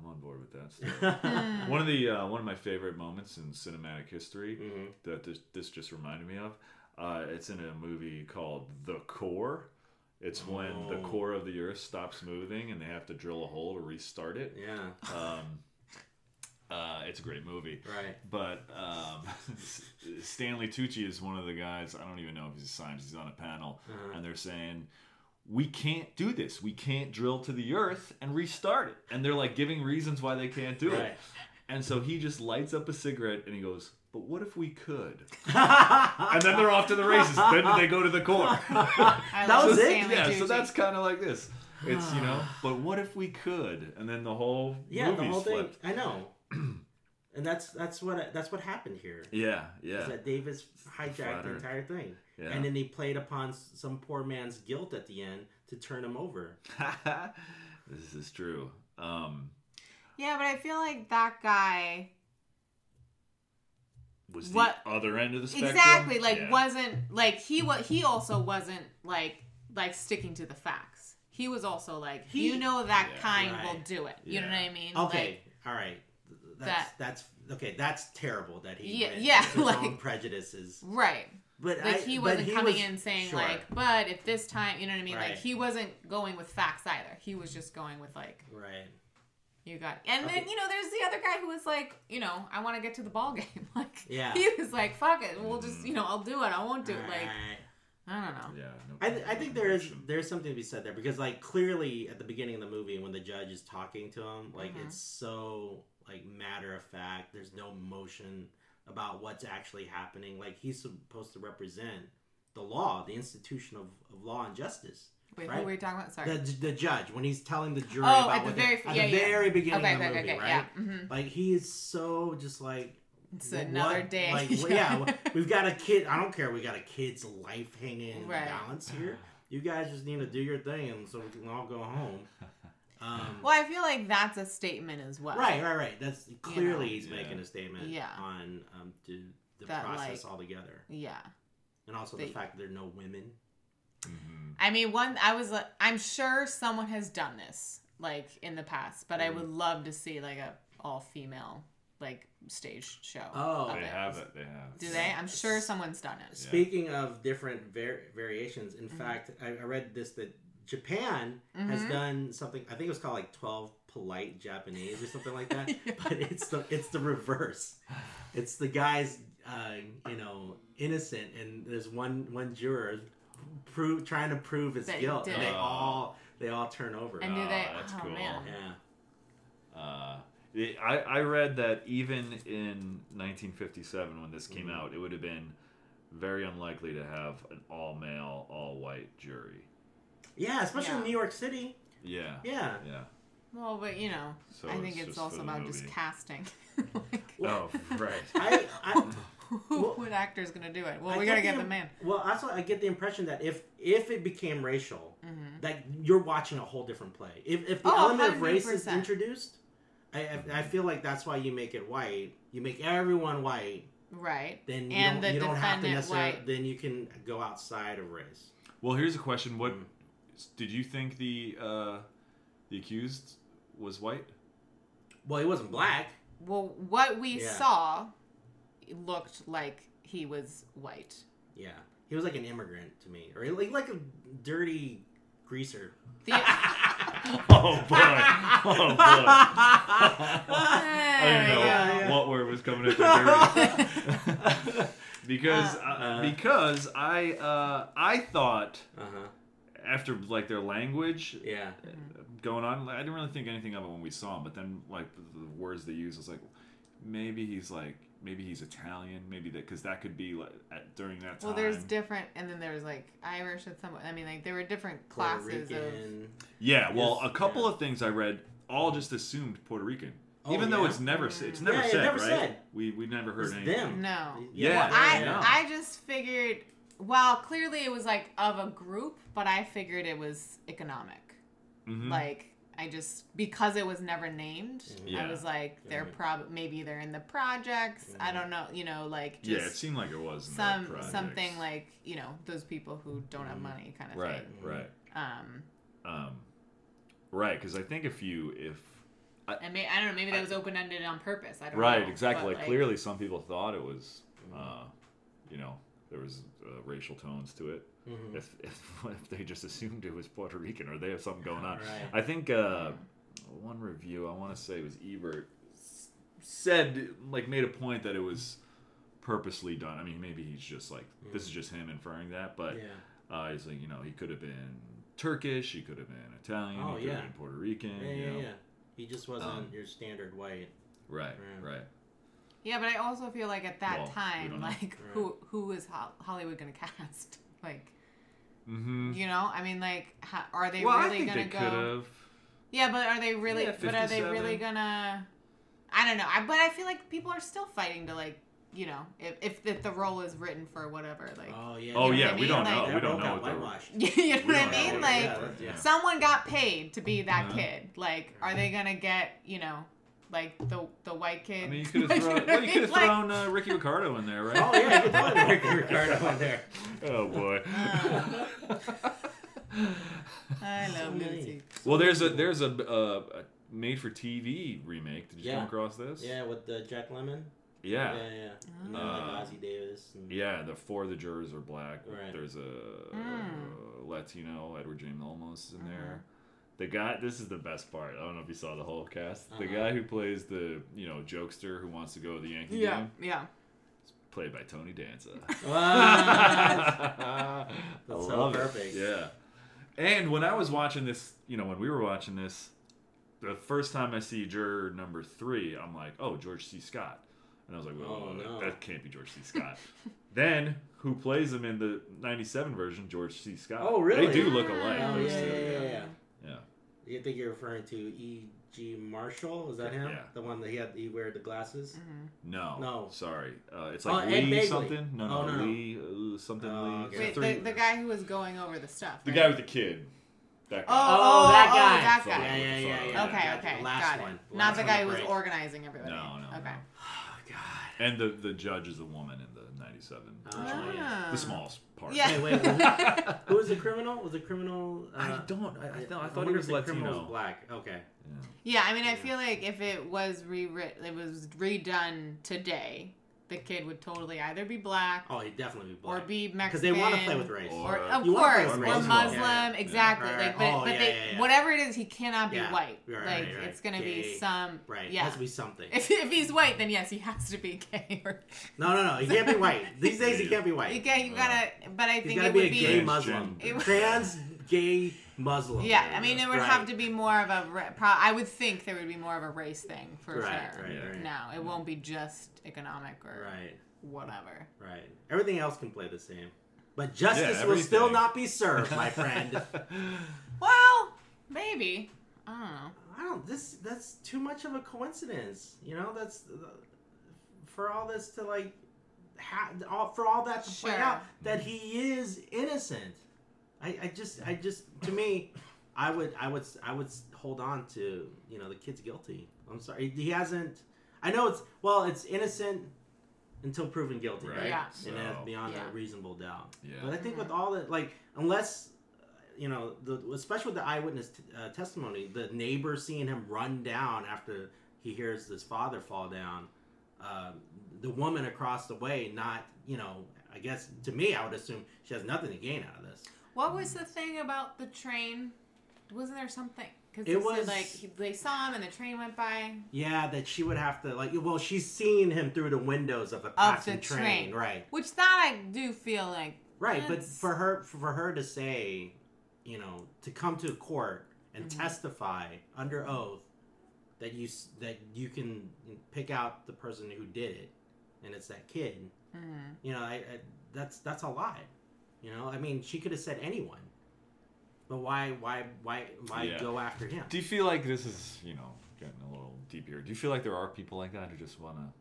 I'm on board with that story.
<laughs>
Mm-hmm.
one of the uh, one of my favorite moments in cinematic history
Mhm.
that this, this just reminded me of. Uh, it's in a movie called The Core. It's when the
Oh.
core of the Earth stops moving and they have to drill a hole to restart it.
Yeah,
Um, uh, it's a great movie.
right.
But um, <laughs> Stanley Tucci is one of the guys. I don't even know if he's a scientist. He's on a panel, and they're saying we can't do this. We can't drill to the earth and restart it. And they're like giving reasons why they can't do it.
Right.
And so he just lights up a cigarette and he goes, "But what if
<laughs>
we could?" and then they're off to the races. then they go to the core.
I
<laughs> That
love
was it?
Stanley
yeah.
Tucci.
So that's kind of like this. It's
<sighs>
you know, but what if we could? And then the whole
<laughs> yeah, the
movie's
whole thing.
flipped.
I know, and that's that's what that's what happened here.
Yeah, yeah.
Is that Davis hijacked
Flatter.
the entire thing,
Yeah.
and then he played upon s- some poor man's guilt at the end to turn him over.
<laughs> this is true. Um,
Yeah, but I feel like that guy
was
What-
the other end of the spectrum
exactly like
Yeah.
wasn't like he what he also wasn't like like sticking to the facts. He was also like
He-
you know that
Yeah,
kind
right.
will do it. You know what
Yeah.
I mean?
Okay, all right. That's
That-
that's okay. That's terrible that he
Yeah,
went
yeah,
with his
<laughs>
own
like-
prejudices.
Like, right.
But
Like
I,
he
but
wasn't coming
was-
in saying
sure.
like, but if this time, you know what I mean? Like
Right.
he wasn't going with facts either. He was just going with like
right.
you got, and then
Okay.
you know there's the other guy who was like, you know, I want to get to the ball <laughs> game. Like
Yeah. Mm.
he was like, fuck it, we'll just you know I'll do it. I won't do it. Like
Alright.
I don't know.
Yeah, no
I, th- I think there is
connection.
there's something to be said there because like clearly at the beginning of the movie when the judge is talking to him like
Mhm.
it's so like matter of fact there's no emotion about what's actually happening like he's supposed to represent the law, the institution of, of law and justice.
Wait,
Right.
who were you talking about? Sorry.
The, the judge when he's telling the jury
Oh,
about
at the
what
very-
they, at
yeah,
the
yeah.
very beginning
okay,
of the
okay,
movie,
okay,
right?
yeah. mhm.
Like he is so just like
It's
what-
another day. <laughs>
Like, what- yeah, we've got a kid. I don't care. We got a kid's life hanging in the
Right.
balance here. You guys just need to do your thing, and so we can all go home. Um,
Well, I feel like that's a statement as well.
Right, right, right. That's clearly he's
Yeah.
making a statement
Yeah.
on um, the, the
That,
process
like-
altogether,
Yeah.
and also the
They-
fact that there are no women.
Mhm.
I mean, one. I was. like, I'm sure someone has done this like in the past, but I
Mm.
would love to see like a all female like stage show.
Oh.
of
They
Okay.
have it. They have.
Do they? I'm sure someone's done it.
Speaking of different var- variations, in
Mm-hmm.
fact, I, I read this that Japan has
Mhm.
done something. I think it was called like twelve polite Japanese or something like that.
<laughs> Yeah.
But it's the it's the reverse. It's the guys, uh, you know, innocent, and there's one one juror prove, trying to prove his
That he
guilt,
did
and they
it.
all they all turn over.
And do
Oh,
they?
that's
oh
cool.
man.
yeah.
Uh, it- I, I read that even in 1957, when this came
Mhm.
out, it would have been very unlikely to have an all male, all white jury.
Yeah, especially in
Yeah.
New York City.
Yeah.
<laughs>
Yeah.
Yeah.
Well, but you know,
So
I think
it's
it's,
just for
also
the
about
movie.
just casting. <laughs> like, <laughs>
Oh, right.
I, I
who,
Well-
what actor is gonna do it? Well,
I
we gotta
get
get
the-
the man.
well, also I get the impression that if if it became racial,
Mm-hmm.
that you're watching a whole different play. If if the
Oh,
element of race is
100%.
introduced, I, I I feel like that's why you make it white. You make everyone white,
Right.
then you
And
don't
the
you don't have to
defendant
necessarily.
white.
Then you can go outside of race.
Well, here's a question: What
Mm.
did you think the uh, the accused was white?
Well, he wasn't black.
Well, what we
Yeah.
saw looked like he was white.
<laughs>
Yeah, he was like an immigrant to me, or like like a dirty greaser.
The,
<laughs>
<laughs>
Oh boy! Oh boy! I
There
didn't
we
know
go.
yeah.
what word was coming at the
<laughs>
dirty. <laughs>
Uh-huh.
because uh,
Uh.
because I uh, I thought
Uh huh.
after like their language
Yeah.
going on, like, I didn't really think anything of it when we saw him. But then like the, the words they used I was like, maybe he's like maybe he's Italian, maybe that because that could be like at, during that time.
Well, there's different, and then there was like Irish and some. I mean, like there were different
Puerto
classes of.
Rican.
Yeah, well,
Yes,
a couple
yeah.
of things I read all just assumed Puerto Rican,
Oh,
even though
yeah?
it's never s- it's
Mm.
never
Yeah, it
said
never
right.
said.
We we've never heard
It's
anything.
them.
No.
Yeah,
I
yeah.
Oh. I just figured. Well, clearly it was like of a group, but I figured it was economic.
Mhm.
Like I just because it was never named,
Yeah.
I was like they're
Right.
prob maybe they're in the projects. I
Mm-hmm.
don't know, you know, like
yeah,
just
it seemed like it was in the
some
projects.
something like you know those people who don't have money kind of
Mm-hmm. right,
thing.
right,
Um,
um, right. Because I think if you if
and may, I don't know, maybe that was open ended on purpose. I don't know,
right exactly
but,
like, clearly some people thought it was, uh, you know, there was uh, racial tones to it.
Mhm.
If, <laughs> if if they just assumed it was Puerto Rican or they have something going on,
Right.
I think uh, one review I want to say was Ebert s- said like made a point that it was purposely done. I mean, maybe he's just like this is just him inferring that, but
Hmm. Yeah.
uh, he's like you know he could have been Turkish, he could have been Italian,
Oh,
he could
yeah.
have been Puerto Rican,
Yeah,
you
yeah,
know?
yeah. He just wasn't
Um,
your standard white.
right,
Yeah.
right.
yeah, but I also feel like at that
Well, we don't
time,
know.
like
Right.
who who is Hol- Hollywood going to <laughs> cast? Like
Mm-hmm.
you know, I mean, like how, are they
well, I
really
think
going
they
to go?
could have.
Yeah, but are they really?
Yeah,
but are they
57.
really gonna? I don't know. I but I feel like people are still fighting to like you know if if, if the role is written for whatever like.
Oh yeah.
Oh
know what
yeah,
I
we
mean?
don't
Like-
know.
That
We don't
rope
know
got
what the
whitewashed.
<laughs> you know
We
what I
don't know
mean?
what
Like
it
yeah,
is.
that's- yeah.
someone got paid to be that
Uh-huh.
kid. Like, are they gonna get you know like the the white kid? <laughs>
I mean, you could
Like,
have
you know
thrown,
what
well,
I
you could have
mean? <laughs> Like,
thrown uh, Ricky Ricardo in there, right?
Oh yeah, you could throw the Ricky Ricardo on
<laughs>
there.
Oh boy.
Uh. I love
So many.
Lucy.
<laughs> well, there's a there's a, uh, a made for TV remake. Did you
Yeah.
come across this?
Yeah, with the Jack Lemon.
Yeah.
yeah, yeah. And then,
Uh,
like Ozzy Davis. And,
Yeah, the four of the jurors are black.
Right.
There's a
Mm.
Latino, Edward James Olmos in there.
Uh-huh.
The guy, this is the best part. I don't know if you saw the whole cast. The
Uh-uh.
guy who plays the you know jokester who wants to go to the Yankee
Yeah,
game,
yeah.
is played by Tony
<laughs>
Danza. <laughs>
What?
I
That's so
love it.
perfect.
Yeah. And when I was watching this, you know, when we were watching this, the first time I see juror number three, I'm like, oh, George C. Scott. And I was like,
Oh,
well,
no.
that can't be George C. Scott. <laughs> then who plays him in the 97 version? George C. Scott.
Oh, really?
They do look alike.
Oh,
those
yeah,
two.
yeah, yeah.
yeah.
You think you're referring to E. G. Marshall? Is that him?
Yeah.
The one that he had he wear the glasses?
Mm-hmm.
No.
No.
Sorry. Uh, it's
Oh,
like
Ed
Lee
Begley.
something. No,
Oh,
no,
no, no.
Lee uh, something.
Oh,
Lee.
okay.
Wait,
Three-
the, the guy who was going over the stuff.
the
right?
guy with the kid. That
Oh,
guy.
Oh, that guy.
that
Sorry.
Yeah,
guy.
yeah, yeah, yeah.
Okay,
Gotcha.
okay,
The last
got it.
one. The
Not
last
the
one
guy
to
who was
break.
organizing everybody.
No, no,
Okay.
Oh God.
And the, the judge is a woman in the 97. version.
Oh, yeah.
Ah.
the smallest part.
Yeah.
Hey, wait,
<laughs>
who- who was the criminal? Was the criminal? Uh,
I don't. I, I, thought I thought
wonder
he
if
was
the criminal was
Latino.
black. Okay.
Yeah.
Yeah, I mean, I
Yeah.
feel like if it was rewritten, it was redone today, the kid would totally either be black,
Oh, he'd definitely be
or
black.
be
Because
Mexican.
they want to play with race.
Or, of
You wanna play
course, or
with
Muslim,
race. Yeah,
yeah.
exactly.
Right,
Like, but,
right. Oh,
but
yeah,
they,
yeah, yeah.
whatever it is, he cannot be
Yeah.
white.
Right,
like,
right, right.
it's gonna be
Gay.
some
Right. It
Yeah.
has to be something.
<laughs> If, if he's white, then yes, he has to be <laughs> gay. Or,
No, no, no. He can't be white. These days, he can't be
you,
white.
got, you gotta. But I
He's
think
got to
it
be
would
a gay
Transgender.
Muslim.
It would-
Trans gay Muslim.
Yeah, I mean, it would
Right.
have to be more of a. ra- Pro- I would think there would be more of a race thing for
Right,
sure.
right, right.
No, it won't be just economic or
Right,
whatever.
right. Everything else can play the same. But justice will
everything.
still not be served, my
<laughs>
friend.
Well, maybe. I don't know.
I don't. This that's too much of a coincidence. You know, that's uh, for all this to like, ha, all, for all that to play
Sure.
out that he is innocent. I, I just, I just, to me, I would, I would, I would hold on to you know the kid's guilty. I'm sorry, he hasn't. I know it's well, it's innocent until proven guilty, right?
Right.
Yeah.
And that's
So-
beyond
Yeah.
a reasonable doubt.
Yeah.
But I think with all the like, unless uh, you know, the, especially with the eyewitness t- uh, testimony, the neighbor seeing him run down after he hears his father fall down, uh, the woman across the way, not you know, I guess to me, I would assume she has nothing to gain out of this.
What was the thing about the train? Wasn't there something? Because
It
it was
was-
like he- they saw him and the train went by.
Yeah, that she would have to like, well, she's seeing him through the windows of a
the
passing train.
train.
right?
Which that I do feel like.
Right, but
That's-
for her for her to say, you know, to come to court and
Mm-hmm.
testify under oath that you s- that you can pick out the person who did it and it's that kid.
Mhm.
You know, I, I that's that's a lie. You know, I mean, she could have said anyone. But why why why why
Yeah.
go after him?
Do you feel like this is, you know, getting a little deep here? Do you feel like there are people like that who just want to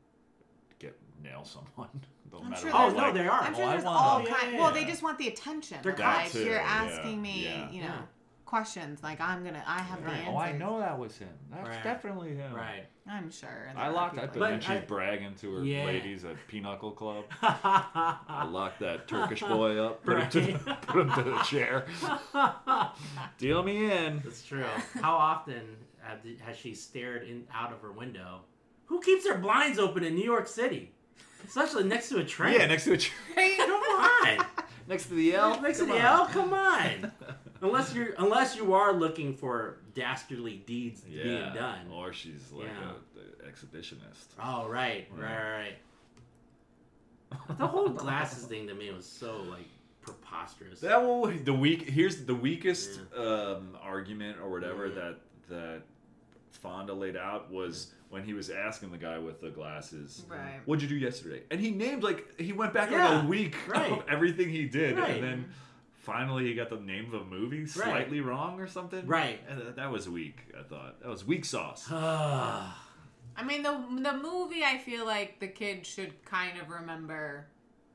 get nail someone? <laughs> No
I'm
matter
sure
what,
oh,
there's
no,
like-
there are.
I'm sure
Oh, I
there's
wanna-
all
Oh, yeah,
kinds.
yeah,
Well,
yeah.
they just want the attention.
They're
Like
cops.
you're
Yeah,
asking me,
yeah.
you know,
Yeah.
questions. Like I'm gonna, I have the
Right.
answers.
Oh, I know that was him. That's
Right.
definitely him.
Right.
I'm sure. there
I
are
locked.
people
I bet
But
like
when she's
I-
bragging to her
Yeah.
ladies at Pinochle Club. I
<laughs>
locked that Turkish boy up, put,
Right.
him to the, put him to the chair, <laughs>
<laughs>
deal me in.
That's true. How often have the- has she stared in out of her window? Who keeps their blinds open in New York City, especially next to a train?
Yeah, next to a chair.
<laughs> that.
Come on,
next to the L.
next
Come
to the
on.
L. Come on.
<laughs>
Unless you're unless you are looking for dastardly deeds
Yeah. Oh.
being done.
Or she's like
Yeah.
a, a exhibitionist.
Oh right, right, right, right. The whole
<laughs>
glasses thing to me was so like preposterous.
That will the weak. Here's the weakest um, argument or whatever
Mhm.
that that Fonda laid out was when he was asking the guy with the glasses,
Right.
"What'd you do yesterday?" And he named like he went back like
Yeah,
a week
right.
of everything he did,
Right.
and then finally he got the name of a movie slightly wrong or something.
Right.
And th- that was weak. I thought that was weak sauce.
I mean, the the movie. I feel like the kid should kind of remember,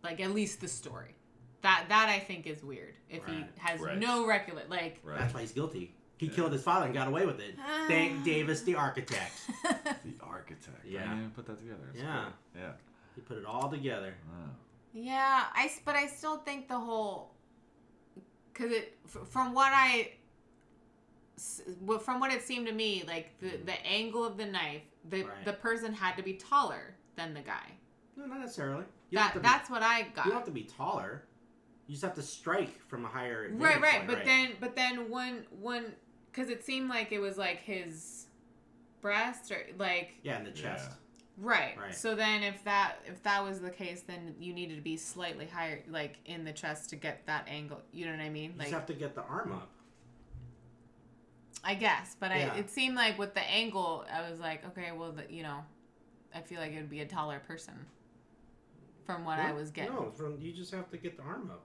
like at least the story. That that I think is weird if he
Right.
has
Right.
no recollection. Like
<sighs>
<laughs>
That's
Right.
why he's guilty. He killed his father and got away with
<sighs>
it.
Ah.
Thank Davis, the architect.
The architect. I
Yeah.
didn't even put that together. That's
Yeah.
cool. Yeah.
He put it all together.
Wow.
yeah, I s- but I still think the whole because it f- from what I s- wh- from what it seemed to me like the the angle of the knife the
Mm. Right.
the person had to be taller than the guy.
No, not necessarily. You don't
That
have to be-
that's what I got.
You don't have to be taller. You just have to strike from a higher.
right
vantage
right
point,
but then but then one one because it seemed like it was like his breast or like
yeah, in the chest.
right.
Right.
so then if that if that was the case then you needed to be slightly higher like in the chest to get that angle you know what i mean
You
like
just have to get the arm up.
i guess but
Yeah.
i it seemed like with the angle i was like okay well the, you know I feel like it would be a taller person from what I
No,
was getting.
No, from you just have to get the arm up.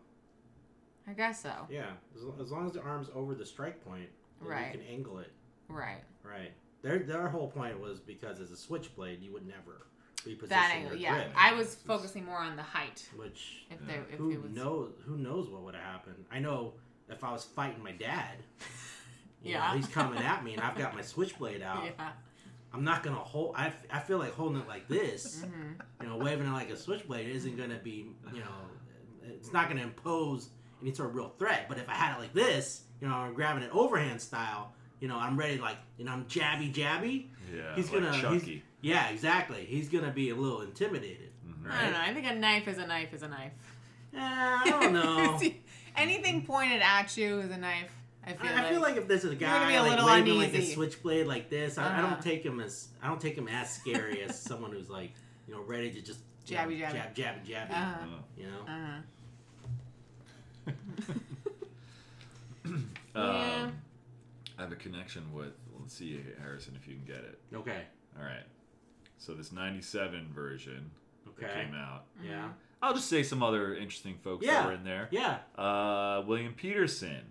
I guess so.
Yeah, as, lo- as long as the arm's over the strike point, then
Right.
you can angle it.
Right.
Right. Their their whole point was because as a switchblade, you would never reposition
That angle.
your
Yeah.
grip,
I was
It's-
focusing more on the height.
which
If
Yeah.
there, if
who
it was.
knows who knows what would have happened. I know if I was fighting my
<laughs>
dad, you know,
Yeah.
he's coming at me and I've got my
<laughs>
switchblade out.
<laughs> Yeah.
I'm not gonna hold. I, f- I feel like holding it like this,
hmm
you know, waving it like a switchblade isn't gonna be, you know, it's not gonna impose any sort of real threat. But if I had it like this, you know, I'm grabbing it overhand style. You know, I'm ready, like, you know, I'm jabby jabby.
Yeah,
He's
like
gonna- he's-
Chucky.
Yeah, exactly. He's gonna be a little intimidated.
Mhm.
I don't know. I think a knife is a knife is a knife.
Eh, I
<laughs>
don't know.
See, Anything pointed at you is a knife. I feel,
I, I feel like if there's a
gonna
guy
be a
like
little
waving like a
uneasy.
switchblade like this, I, I
Uh-huh.
don't take him as I don't take him as scary as someone who's like you know ready to just you know,
Jabby, jabby.
jab jab jabby.
Uh,
Uh-huh.
You know.
uh,
Um,
Yeah.
I have a connection with. Let's see, Harrison, if you can get it.
Okay.
All right. So this '97 version that
Okay.
came out.
Yeah.
I'll just say some other interesting folks
Yeah.
that were in there.
Yeah.
Uh, William Peterson.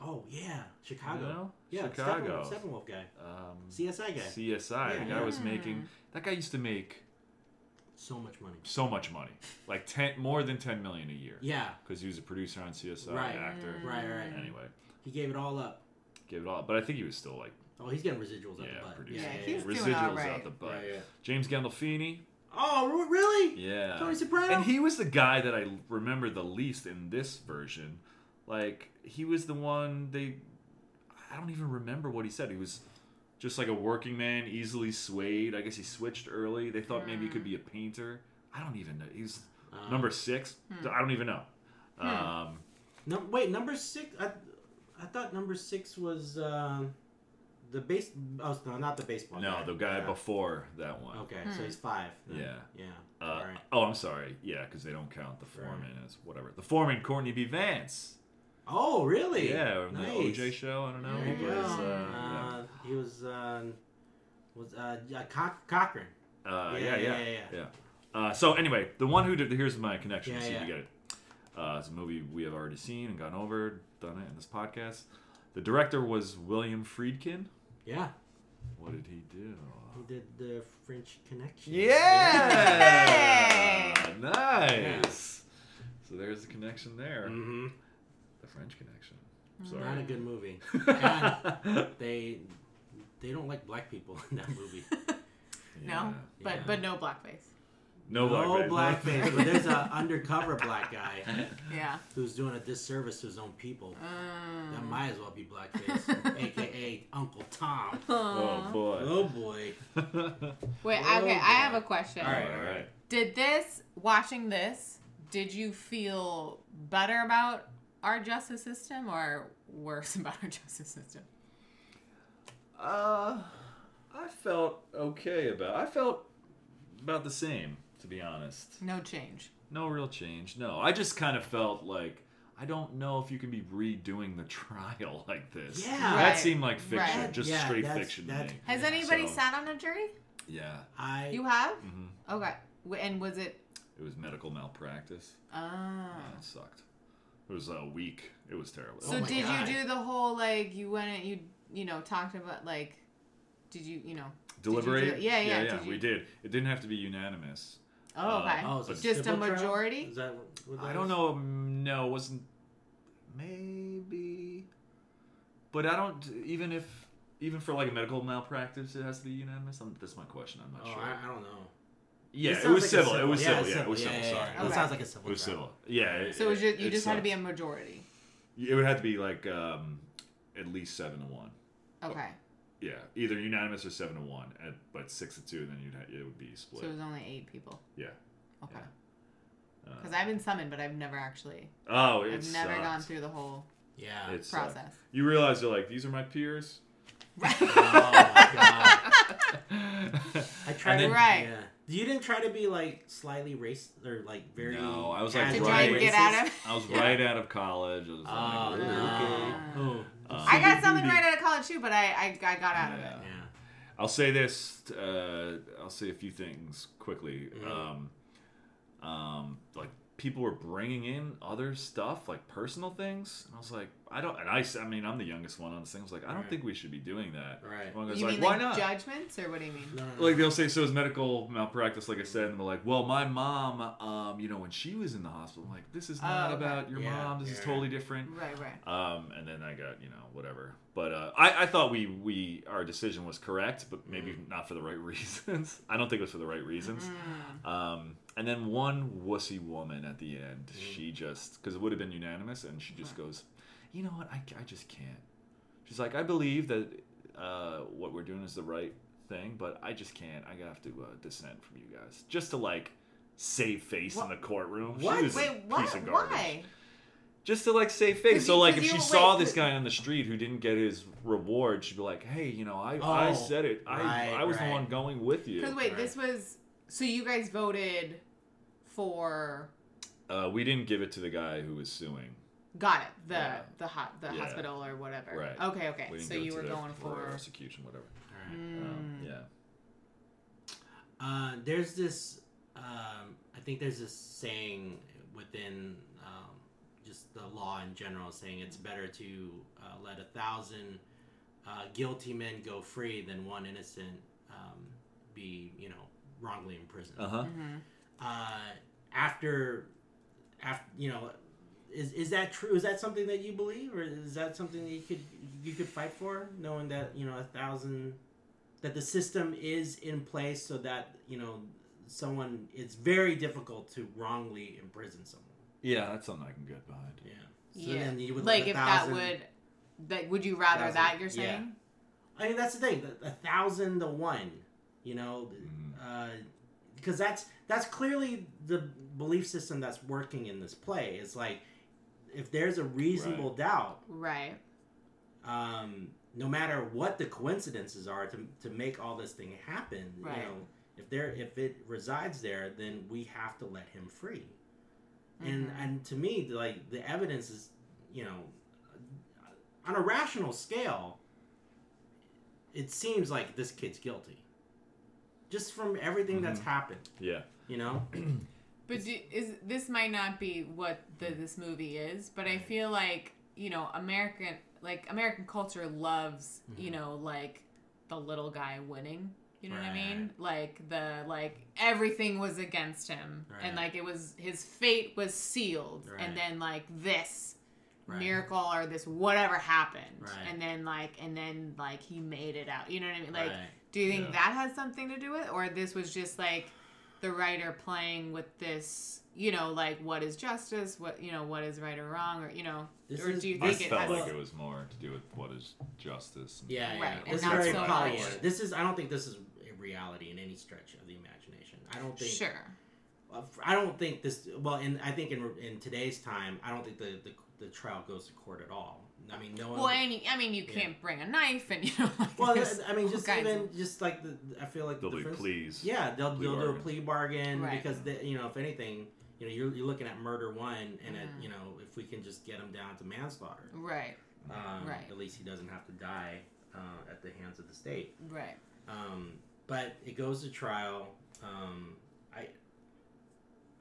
Oh yeah.
You
Chicago.
know?
Yeah.
Chicago.
Steppenwolf, Steppenwolf guy.
Um,
CSI guy.
CSI.
Yeah.
the guy was
Hmm.
making. That guy used to make
so much money.
so much money, like ten, more than ten million a year,
Yeah.
because he was a producer on CSI,
Mm-hmm.
Right.
actor.
Right. Right.
<laughs>
right.
Anyway,
He gave it all up.
give it all. But I think he was still like
Oh, he's getting residuals
yeah,
up the butt.
producing.
Yeah.
Yeah,
yeah,
he's- doing
Residuals
all right.
out the butt.
Right, yeah.
James Gandolfini.
Oh, re- really?
Yeah.
Tony Soprano.
And he was the guy that I remember the least in this version. Like he was the one they I don't even remember what he said. He was just like a working man, easily swayed. I guess he switched early. They thought maybe he could be a painter. I don't even know. He's
Um,
number 6. I don't even know. Um
No, wait, number six. I, I thought number six was um the base. Oh no, not the baseball.
no,
guy.
the guy
Yeah.
before that one.
Okay,
Hmm.
so he's five. then.
Yeah.
yeah.
Uh,
All right.
Oh, I'm sorry. Yeah, because they don't count the foreman as whatever. The foreman, Courtney B. Vance.
Oh, really?
Yeah, on
nice.
the OJ show. I don't know.
There
He
you
was,
go.
uh, yeah.
Uh, he was um, was uh, yeah, Coch- Cochran.
Uh,
Yeah,
yeah,
yeah,
yeah,
yeah,
yeah. Uh, so anyway, the one who did here's my connection.
Yeah,
see if
yeah.
you get it. Uh, it's a movie we have already seen and gone over, done it in this podcast. The director was William Friedkin.
Yeah,
What did he do?
he did the French Connection.
Yeah,
Hey!
<laughs> nice. So there's the connection there.
Mm-hmm.
The French connection.
Not a
Sorry.
good movie.
<laughs>
They they don't like black people <laughs> in that movie.
No,
Yeah.
but
Yeah.
but no blackface.
no blackface. <laughs>
blackface, but there's a undercover black guy
Yeah.
who's doing a disservice to his own people.
Mm.
That might as well be
<laughs>
blackface, aka Uncle Tom.
oh boy. <laughs>
Oh boy.
Wait, okay,
Oh,
I
boy.
have a question.
All right.
Did this watching this, did you feel better about our justice system or worse <laughs> about our justice system?
Uh, I felt okay about. I felt about the same, to be honest.
No change.
No real change. No, I just kind of felt like I don't know if you can be redoing the <laughs> trial like this.
Yeah.
that
Right.
seemed like fiction,
Right.
just
Yeah,
straight
that's-
fiction to
that's-
me.
Has
Yeah,
anybody
so-
sat on a jury?
Yeah,
I
You have?
hmm
Okay. W- And was it
it was medical malpractice.
Oh.
Yeah, it sucked. It was a uh, week. It was terrible. Oh
So
my
did
God.
you do the whole like you went and you you know talked about like did you you know
deliberate?
it? Yeah, yeah,
yeah.
did
we
you-
did. It didn't have to be unanimous.
Oh
Uh,
okay.
oh, is it
Just a
civil trial?
majority?
Is that what that
I don't
is?
know. mm, No, it wasn't. Maybe. But I don't. Even if. Even for like a medical malpractice, it has to be unanimous. I'm, that's my question. I'm not
Oh,
sure.
I, I don't know.
yeah,
This
it
sounds
was
like a
civil. It was civil. Yeah, it was
yeah,
civil.
yeah,
Sorry.
yeah. That
Okay.
sounds like a
It
civil.
was
trial.
civil. Yeah. It,
so it was just, you
it
just had to
sucked.
be a majority.
It would have to be like um, at least seven to one. Oh,
Okay.
Yeah, either unanimous or seven to one. At, but six to two, then you'd ha- it would be split.
So it was only eight people.
yeah.
Okay.
Yeah. Uh,
Because I've been summoned, but I've never actually.
Oh,
I've
it
never
sucked.
gone through the whole
Yeah. <laughs>
It sucked.
process. <laughs>
You realize you're like these are my peers.
oh my
<laughs>
god. I tried. to-
And then-
Right.
Yeah. You didn't try to be like slightly race or like very.
No, I was, like,
Did
casually
you
right.
get out of?
I was
Yeah.
right out of college. I was
Oh
like,
no.
okay.
okay.
Oh.
Uh,
I got summoned right out of college too, but I I, I got out of
Yeah.
it.
Yeah.
I'll say this. Uh, I'll say a few things quickly. Um, um, like people were bringing in other stuff, like personal things. And I was like, I don't. And I, s- I mean, I'm the youngest one on this thing. I was like, I don't
Right.
think we should be doing that.
Right.
One guy's
you
like,
mean
why
like
not?
judgments or what do you mean?
No, no, no.
like they'll say so is medical malpractice like i said and they're like well my mom um you know when she was in the hospital i'm like this is not
Oh, okay.
about your
Yeah,
mom this is
yeah.
totally different
Right, right.
um and then i got you know whatever but uh i i thought we we our decision was correct but maybe
Mm.
not for the right <laughs> reasons i don't think it was for the right reasons
Hmm.
um and then one wussy woman at the end
Mm.
she just because it would have been unanimous and she just goes you know what i, I just can't She's like, I believe that uh, what we're doing is the right thing, but I just can't. I have to uh, dissent from you guys just to like save face
Wha-
in the courtroom.
What?
She was a
Wait,
piece
what?
of garbage.
Why?
Just to like save
'Cause
face. So
you-
like,
'cause
if she
you-
saw
wait,
this
'cause-
guy on the street who didn't get his reward, she'd be like, Hey, you know, I, I
Oh,
said it. I
right,
I was
right.
the one going with
Because
you.
wait, this was so you guys voted for
Uh, we didn't give it to the guy who was suing.
got it the
Yeah.
the hot the
Yeah.
hospital or whatever.
Right.
Okay, okay.
We didn't
So
give it
you
to
were
the-
going for mm,
prosecution, whatever.
All right.
Um, yeah.
Uh, there's this. Um, I think there's this saying within um, just the law in general, saying it's better to uh, let a thousand uh, guilty men go free than one innocent um, be, you know, wrongly imprisoned.
Uh huh.
mm-hmm.
Uh, after, after, you know, is is that true? Is that something that you believe, or is that something that you could you could fight for, knowing that you know a thousand that the system is in place so that you know someone it's very difficult to wrongly imprison someone.
Yeah, that's something I can get behind.
Yeah. So
yeah.
then you would
like
let a
if
thousand-
that would like would you rather
Thousand.
that you're
Yeah.
saying?
I mean that's the thing, a, a thousand to one, you know,
Mm-hmm.
because Uh, that's that's clearly the belief system that's working in this play. It's like if there's a reasonable doubt,
Right.
um, no matter what the coincidences are to, to make all this thing happen, you
Right.
know, if there if it resides there, then we have to let him free. And
Mm-hmm.
and to me, like the evidence is, you know, on a rational scale, it seems like this kid's guilty. Just from everything that's
Mm-hmm.
happened,
Yeah.
you know.
But do, is this might not be what the,
Mm.
this movie is, but I feel like you know American like American culture loves you
Mm-hmm.
know like the little guy winning. You know what I mean? Like the like everything was against him,
Right.
and like it was his fate was sealed,
Right.
and then like this
Right.
miracle or this whatever happened,
Right.
and then like and then like he made it out. You know what I mean? Like,
Right.
do you think
Yeah.
that has something to do with, or this was just like the writer playing with this? You know, like what is justice? What you know, what is right or wrong? Or you know,
This
or
is-
do you
I
think it
felt
has?
like it was more to do with what is justice. And
Yeah,
Right,
yeah.
and
This is
not
very
so
Pollyanna.
much.
This is. I don't think this is a reality in any stretch of the imagination. I don't think.
sure.
uh, I don't think this. Well, and I think in in today's time, I don't think the the, the trial goes to court at all. I mean, no one.
Well, any I mean, you
Yeah.
can't bring a knife, and <laughs> you know, like,
well,
there's
I mean,
all
just
kinds
even
of-
just like the. I feel like
They'll
the
be
first-
pleased.
Yeah, they'll
Plea
they'll do a
bargain.
plea bargain
Right.
because they, you know if anything, you know you're, you're looking at murder one, and at,
Mm-hmm.
you know if we can just get him down to manslaughter,
right,
um,
Right.
at least he doesn't have to die uh, at the hands of the state.
right.
Um, but it goes to trial. Um, I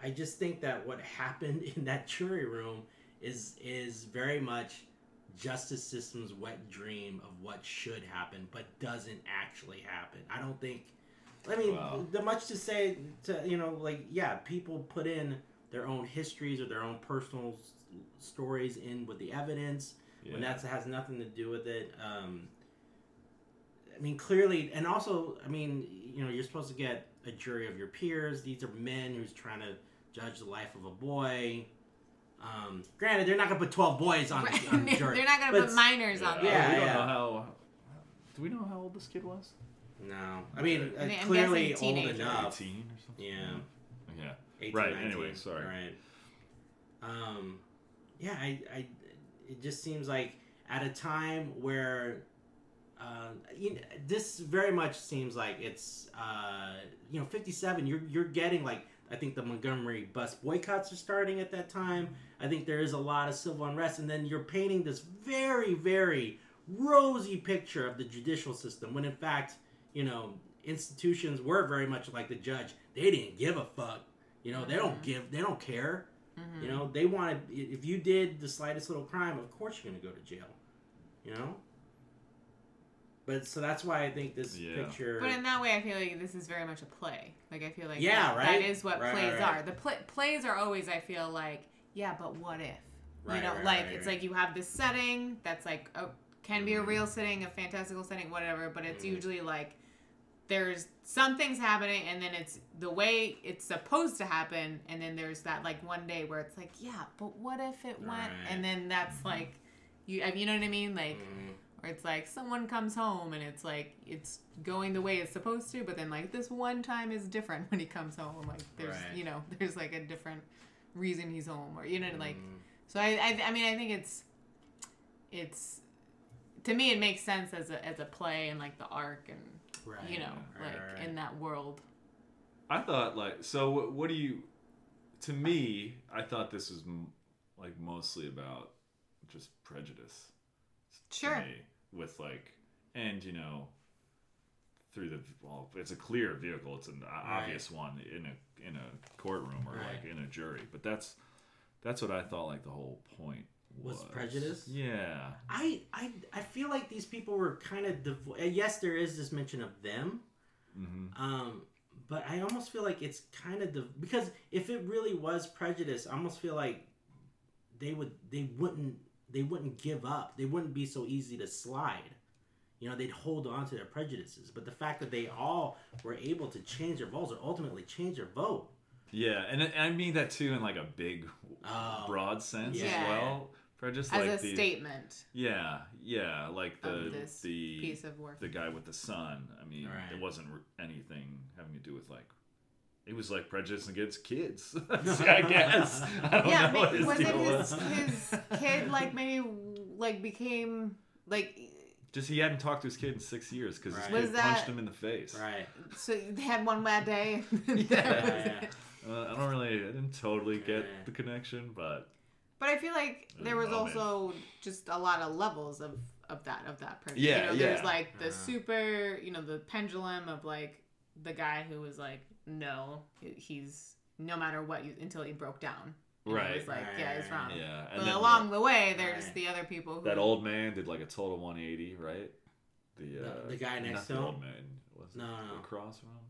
I just think that what happened <laughs> in that jury room is is very much justice system's wet dream of what should happen, but doesn't actually happen. I don't think. I mean,
Wow.
the much to say to you know, like yeah, people put in their own histories or their own personal s- stories in with the evidence when
Yeah.
that has nothing to do with it. Um, I mean, clearly, and also, I mean, you know, you're supposed to get a jury of your peers. These are men who's trying to judge the life of a boy. Um, granted, they're not gonna put twelve boys on,
right.
the on the jury.
<laughs> They're not gonna
but
put minors on.
Yeah.
there.
Uh, we don't
yeah.
know how. Do we know how old this kid was?
No, I mean, uh,
I mean, I'm
clearly
guessing
old
teenager.
enough.
Eighteen or something.
Yeah.
Yeah.
18,
Right,
19.
anyway, sorry.
Right. Um, yeah, I, I, it just seems like at a time where, uh, you know, this very much seems like it's, uh, you know, fifty-seven. You're you're getting like I think the Montgomery bus boycotts are starting at that time. I think there is a lot of civil unrest, and then you're painting this very very rosy picture of the judicial system when in fact. you know, institutions were very much like the judge. They didn't give a fuck. You know, they
Mm-hmm.
don't give, they don't care. You
Mm.
know, they wanted, if you did the slightest little crime, of course you're going to go to jail. You know? But so that's why I think this
Yeah.
picture.
But in that way, I feel like this is very much a play. Like I feel like
Yeah,
that,
right?
that is what
Right,
plays
right, right.
are. The pl- plays are always, I feel like, yeah, but what if?
Right,
you know,
right,
like
right,
it's
right. Mm-hmm.
like you have this setting that's like a, can be a real setting, a fantastical setting, whatever. But it's
Mhm.
usually like there's some things happening, and then it's the way it's supposed to happen, and then there's that like one day where it's like, yeah, but what if it went?
Right. Mm-hmm.
And then that's like you, I- you know what I mean, like.
Mhm.
Or it's like someone comes home and it's like it's going the way it's supposed to, but then like this one time is different <laughs> when he comes home. Like there's
Right.
you know there's like a different reason he's home, or you
Mm-hmm.
know like so. I, I I mean I think it's it's to me it makes sense as a as a play and like the arc and
right.
you know
right,
like
right, right.
in that world.
I thought like so. What, what do you? To me, I thought this was m- like mostly about just prejudice. to
Sure.
me, with like, and you know, through the well, it's a clear vehicle. It's an o- obvious one in a in a courtroom or
Right.
like in a jury. But that's that's what I thought. Like the whole point was,
Was prejudice?
Yeah.
I, I, I feel like these people were kind of devo- Yes, there is this mention of them,
Mm-hmm.
Um, but I almost feel like it's kind of the because if it really was prejudice, I almost feel like they would they wouldn't they wouldn't give up. They wouldn't be so easy to slide. You know, they'd hold on to their prejudices. But the fact that they all were able to change their votes or ultimately change their vote.
Yeah, and I, and I mean that too in like a big,
Oh.
broad sense
Yeah.
as well. Prejudice
As
like
a
the,
statement
Yeah, yeah, like the
of this
the
piece of work,
<laughs> the guy with the son. I mean,
Right.
it wasn't re- anything having to do with like. It was like prejudice
<laughs>
against kids. <laughs> I guess. I don't
yeah,
know what
ma-
his
was it
deal
his,
was.
his
<laughs>
kid like maybe like became like
Just he hadn't talked to his kid in six years because
Right.
his kid
Was that-
punched him in the face.
Right.
So they had one bad day. <laughs>
Yeah. <laughs>
Yeah.
Uh, I don't really, I didn't totally get
Yeah.
the connection, but
But I feel like
It was
there
a
was
moment.
also just a lot of levels of of that of that person.
Yeah,
you know,
yeah.
There's like the
Uh-huh.
super, you know, the pendulum of like the guy who was like, no, he's no matter what you, until he broke down. You know,
Right.
It's like yeah, he's wrong.
yeah. And
But
then
along the way, there's
Right.
the other people who
that old man did like a total 180, right? The
The-
uh,
the guy next
not
to
the
him?
old man. Was it
No, no, no.
across from him?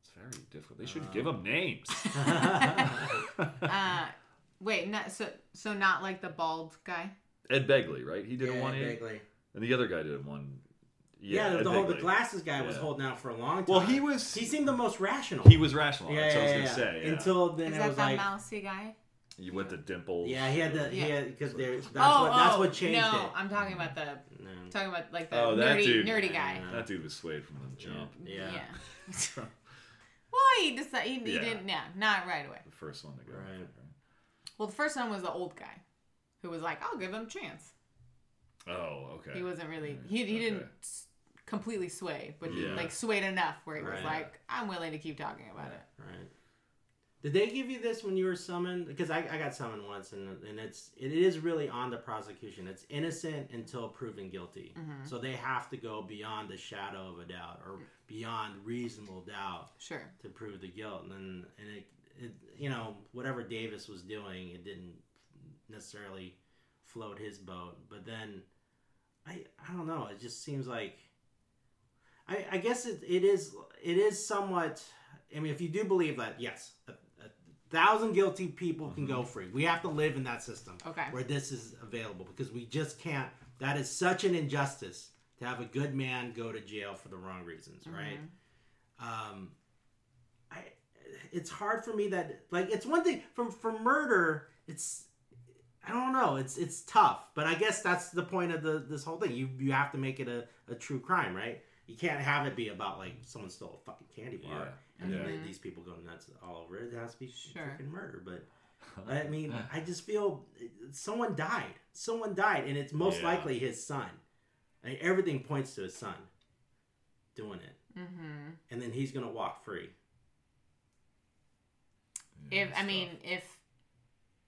It's very difficult. They should
Um.
give him
<laughs>
names.
<laughs>
<laughs>
Uh, wait, not so so not like the bald guy.
Ed Begley, right? He did a
Yeah,
180,
vaguely.
and the other guy did a one.
Yeah, the,
Ed
the whole the
Begley.
glasses guy was
Yeah.
holding out for a long time.
Well, he was
he
he,
seemed the most rational.
was rational. that's what I was gonna say. Yeah.
Until then,
Is
it
that
was
the
like
mousy guy?
you went to dimples.
Yeah, he had the he
Yeah.
had because there that's
oh,
what that's
oh,
what changed
no, I'm talking about the
it. No.
talking about like the
Oh, that
nerdy
dude.
nerdy guy.
That dude was swayed from the jump.
Yeah.
well, he decided he, he
Yeah.
didn't. Yeah, not right away.
<laughs> The first one to go.
Right.
Well, the first one was the old guy, who was like, "I'll give him a chance."
Oh, okay.
He wasn't really.
Mm,
He he
Okay.
didn't s- completely sway, but he
Yeah.
like swayed enough where he was
Right.
like, "I'm willing to keep talking about it."
Right. Did they give you this when you were summoned? Because I, I got summoned once, and and it's it is really on the prosecution. It's innocent until proven guilty,
Mm-hmm.
so they have to go beyond the shadow of a doubt or beyond reasonable doubt
Sure.
to prove the guilt. And then and it, it you know whatever Davis was doing, it didn't necessarily float his boat. But then I I don't know. It just seems like I I guess it, it is it is somewhat. I mean, if you do believe that, yes. A, a Thousand guilty people can go free. We have to live in that system
Okay.
where this is available because we just can't. That is such an injustice to have a good man go to jail for the wrong reasons, right? um i it's hard for me that like it's one thing from for murder it's i don't know it's it's tough but i guess that's the point of the this whole thing you you have to make it a, a true crime right you can't have it be about like someone stole a fucking candy bar
Yeah.
and then
Yeah.
they- these people go nuts all over it it has to be
Sure.
freaking murder but i
<laughs>
mean i just feel someone died someone died and it's most
Yeah.
likely his son I mean, everything points to his son doing it
Mm-hmm.
and then he's gonna walk free.
Yeah,
If I
stuff.
mean, if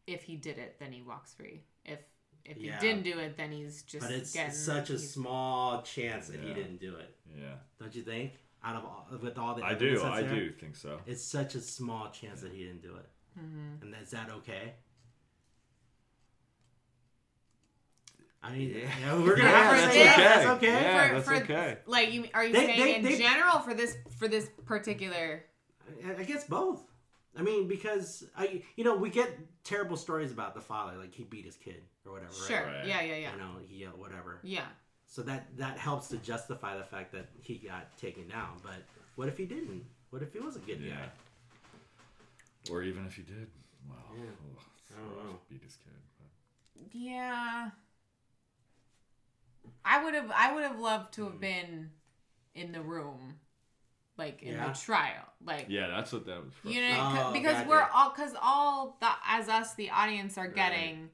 if he did it, then he walks free. If if he
Yeah.
didn't do it, then he's just
But it's
getting
such a
he's-
small chance that he
Yeah.
didn't do it,
yeah.
don't you think? out of all, with all the
I do.
evidence that's
I
there?
do think so.
It's such a small chance that he didn't do it.
mm-hmm.
And is that okay? I mean,
Yeah.
yeah,
<laughs>
we're gonna have to
that's
say yeah,
okay.
that's okay.
Yeah,
For-
that's
for-
okay.
Like you are you
They-
saying
they-
in
they-
general for this for this particular
I- I guess both. I mean, because I, you know, we get terrible stories about the father, like he beat his kid or whatever.
sure
Right?
Right.
yeah yeah yeah
You know, he yelled whatever.
yeah
So that that helps to justify the fact that he got taken down. But what if he didn't? What if he was a good guy?
Yeah. Or even if you did, wow,
Yeah.
ugh,
I don't
rough.
know.
Beat his kid. but-
yeah. I would have I would have loved to
Mm.
have been in the room, like in
Yeah.
the trial, like
Yeah, that's what that was.
You
frustrating.
know, 'cause-
Oh,
because
gotcha.
we're all because all the as us the audience are getting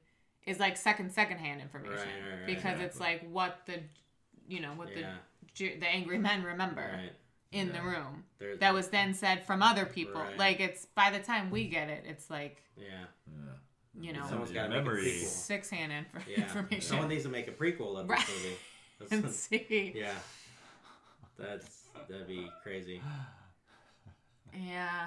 is like second secondhand information
Right, right, right,
because it's like what the you know what
Yeah.
the Ju- the angry men remember
Right.
in
Yeah.
the room
There-
that was then said from other people.
Right.
Like it's by the time we get it, it's like
Yeah.
Yeah.
you know
Someone's gotta make it
memory.
sequel.
six hand inf-
Yeah.
<laughs> information
Someone needs to make a prequel of
Right.
this
<laughs>
movie. That's-
<laughs>
and see.
<laughs> Yeah. That's that'd be crazy.
Yeah.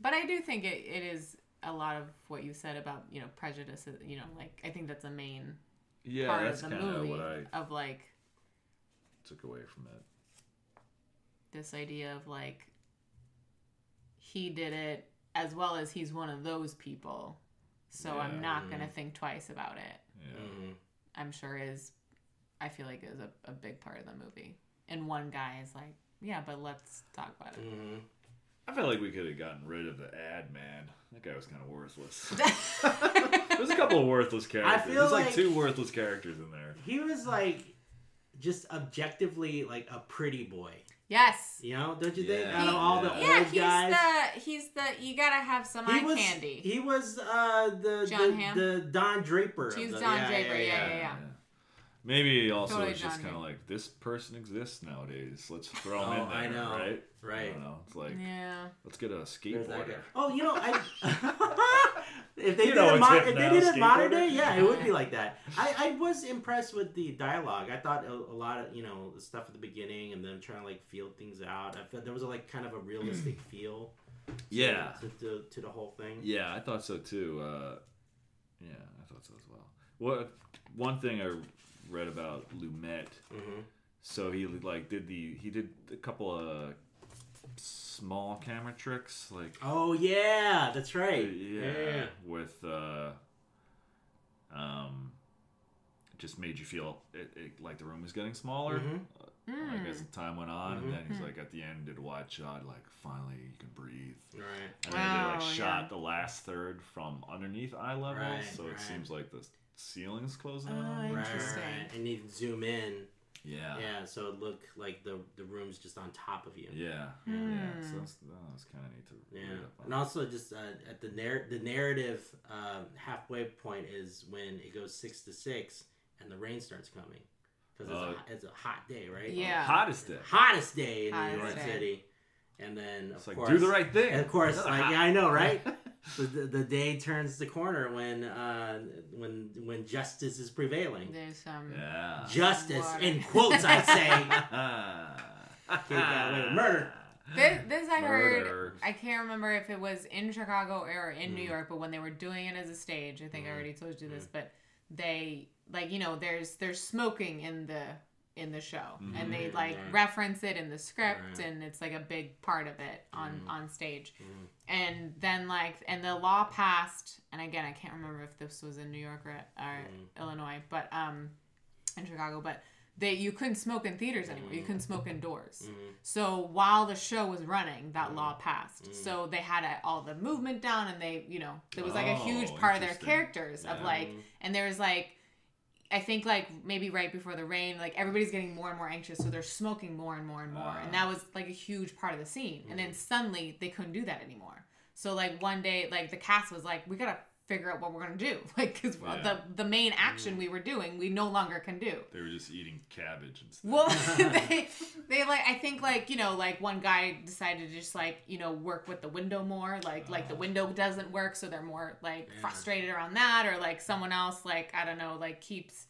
But I do think it, it is a lot of what you said about, you know, prejudice, uh, you know, like I think that's a main
yeah,
part
that's
of
kind
the
of
movie
what I
of like
took away from it.
this idea of like he did it as well as he's one of those people. So I'm
Yeah.
not going to think twice about it.
Yeah.
Mhm.
I'm sure is I feel like is a, a big part of the movie. And one guy is like, yeah, but let's talk about it.
Mhm.
I felt like we could have gotten rid of the ad man. That guy was kind
<laughs>
of worthless. <laughs> There's a couple of worthless characters.
feel
There's like,
like-
two worthless characters in there.
He was like just objectively like a pretty boy.
yes.
You know, don't you think?
Yeah.
Out of all the
Yeah.
Yeah,
old
he's
guys.
the he's the you gotta have some eye
he was
candy.
he was uh the
John
the,
Hamm?
the Don Draper. of
She was
the-
Don Draper, yeah, yeah, yeah.
Maybe also
Totally
it's just
John
kind of
Wayne.
like this person exists nowadays. Let's throw him
Oh,
in there,
I know.
right? I
Right.
don't know. It's like
Yeah.
let's get a
There's that guy.
skateboarder.
Oh, you know, <laughs> I if they
You
did
know
it,
it's
mo-
him
if they
now,
did it modern
skateboarder.
day, yeah, it would
<laughs>
be like that. I, I was impressed with the dialogue. I thought a, a lot of you know the stuff at the beginning and then trying to like feel things out. I felt there was a, like kind of a
<clears throat>
realistic feel.
Yeah,
To, to, to the whole thing.
yeah, I thought so too. Uh, yeah, I thought so as well. What one thing I read about Lumet?
hmm
So he like did the he did a couple of small camera tricks like
Oh yeah, that's right.
yeah, with uh um it just made you feel it, it, like the room was getting smaller
Mhm.
like as the time went on
Mhm.
and then he's like at the end did a wide shot like finally you can breathe
Right.
and then they like
Oh,
shot
yeah.
the last third from underneath eye level
Right,
so
right.
it seems like the ceiling's closing
Oh,
on
Right,
Interesting.
right, right. And you zoom in.
yeah yeah
Yeah, so it looked like the the room's just on top of you.
yeah,
Hmm.
so that's, that was kind of neat to
Yeah,
read up on
and also just uh, at the narr- the narrative um, halfway point is when it goes six to six and the rain starts coming because it's,
Uh, Oh,
a- it's a hot day, right?
Yeah.
hottest day
hottest day in New York
Hottest day.
City, and then of
it's like
course,
do the right thing
and of
<laughs>
course,
Another
like
hot-
yeah, I know, right? the, the the day turns the corner when uh, when when justice is prevailing.
Mm. There's some
<laughs> yeah
<laughs>
Ah.
Justice
Water.
in quotes,
<laughs>
I say. Uh, away with murder.
This, this I heard.
<laughs> Murder.
I can't remember if it was in Chicago or in New
Mm.
York, but when they were doing it as a stage, I think
Mhm.
I already told you this, but they like you know there's there's smoking in the in the show, and they
Mhm.
like
Right.
reference it in the script,
Right.
and it's like a big part of it on
Mhm.
on stage.
Mhm.
And then like and the law passed, and again I can't remember if this was in New York or, or
Mhm.
Illinois, but um in Chicago, but that you couldn't smoke in theaters anymore. You
Mm.
Mhm.
couldn't smoke indoors.
Mm-hmm.
Mhm.
So while the show was running, that law passed.
Mm.
So they had uh all the movement down, and they, you know, there was like a
Oh,
huge part of their
interesting.
characters of
Yeah.
like, and there was like, I think like maybe right before the rain, like everybody's getting more and more anxious, so they're smoking more and more and more, and
Ah.
that was like a huge part of the scene. And
Mm-hmm.
then suddenly they couldn't do that anymore. So like one day, like the cast was like, we gotta figure out what we're gonna do, <laughs> like because
Yeah.
the the main action we were doing, we no longer can do.
They were just eating cabbage and stuff. <laughs>
Well, <laughs> they, they like I think like you know like one guy decided to just like you know work with the window more like like
Uh.
the window doesn't work so they're more like
Yeah.
frustrated around that or like someone else like I don't know like keeps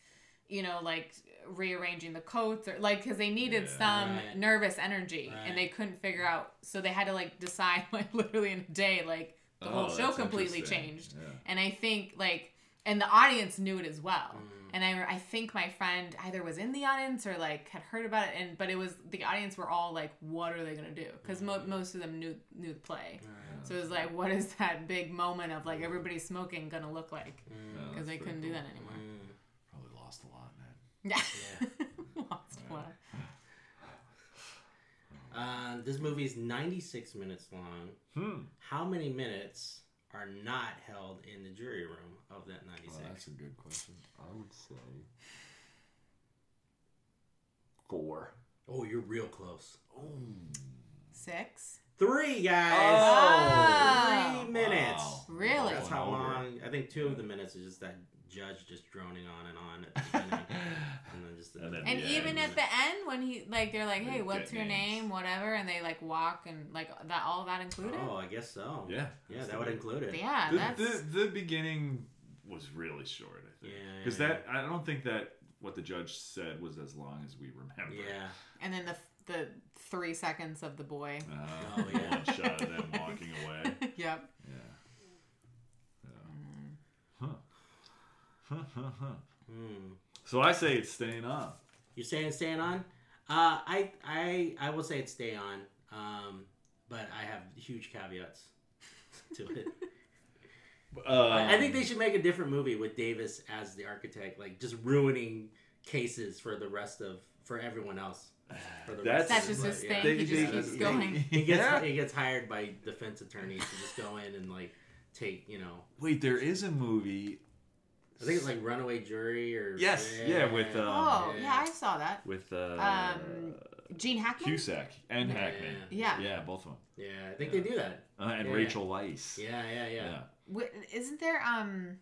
you know, like rearranging the coats or like because they needed
Yeah.
some
Right.
nervous energy
Right.
and they couldn't figure out, so they had to like decide <laughs> like literally in a day like the whole
Oh,
show
that's
completely
interesting.
changed.
Yeah.
And I think like and the audience knew it as well.
Mm.
And I I think my friend either was in the audience or like had heard about it and but it was the audience were all like what are they going to do? Cuz
Mm.
mo- most of them knew knew the play. So it was like what is that big moment of like everybody smoking going to look like?
Yeah,
Cuz
Mm. that's
they
pretty
couldn't do
cool. Mm.
that anymore.
Probably lost a lot, man.
<laughs> Yeah.
Yeah.
Lost one.
Uh, this movie is 96 minutes long.
Hmm.
How many minutes are not held in the jury room of that 96?
that's a good question. I would say four.
oh, you're real close.
Six.
Three, guys!
Oh.
Three minutes.
Wow.
Really?
That's how
Over.
long. I think two of the minutes is just that judge just droning on and on at the beginning.
<laughs>
and then just
And then
And
Yeah,
even at the end, when he like they're like,
They
"Hey,
get
what's your
names.
name?" Whatever, and they like walk and like that all that included.
Oh, I guess so.
Yeah.
<laughs> Yeah, that would include it.
Yeah,
The,
that's
the, the beginning was really short, I think.
Yeah,
Because
yeah,
that, I don't think that what the judge said was as long as we remember.
Yeah.
and then the the three seconds of the boy.
Uh,
Oh, yeah.
<laughs> One shot of them walking away.
<laughs>
<laughs>
yep.
Yeah. Um, Yeah. Huh. Huh, huh, <laughs> huh.
Hmm.
So I say it's staying on.
You're saying staying on? Uh, I I I will say it's stay on. Um, but I have huge caveats <laughs> to it.
Um,
I I think they should make a different movie with Davis as the architect, like just ruining cases for the rest of for everyone else. For the
That's-
That's
of
just
the-
his
yeah.
thing. He just keeps
that's-
going.
<laughs> He gets
Yeah.
he gets hired by defense attorneys to just go in and like take you know
Wait, there is a movie
I think it's like Runaway Jury or
Yes, yeah, with, um,
Oh
yeah.
yeah. I saw that.
with uh,
Um, Gene Hackman.
Cusack and Hackman.
Yeah.
Yeah, both of them.
yeah I think
Yeah.
they do that
Uh, and
Yeah.
Rachel Weisz.
yeah yeah yeah,
Yeah.
Wh- Isn't there um,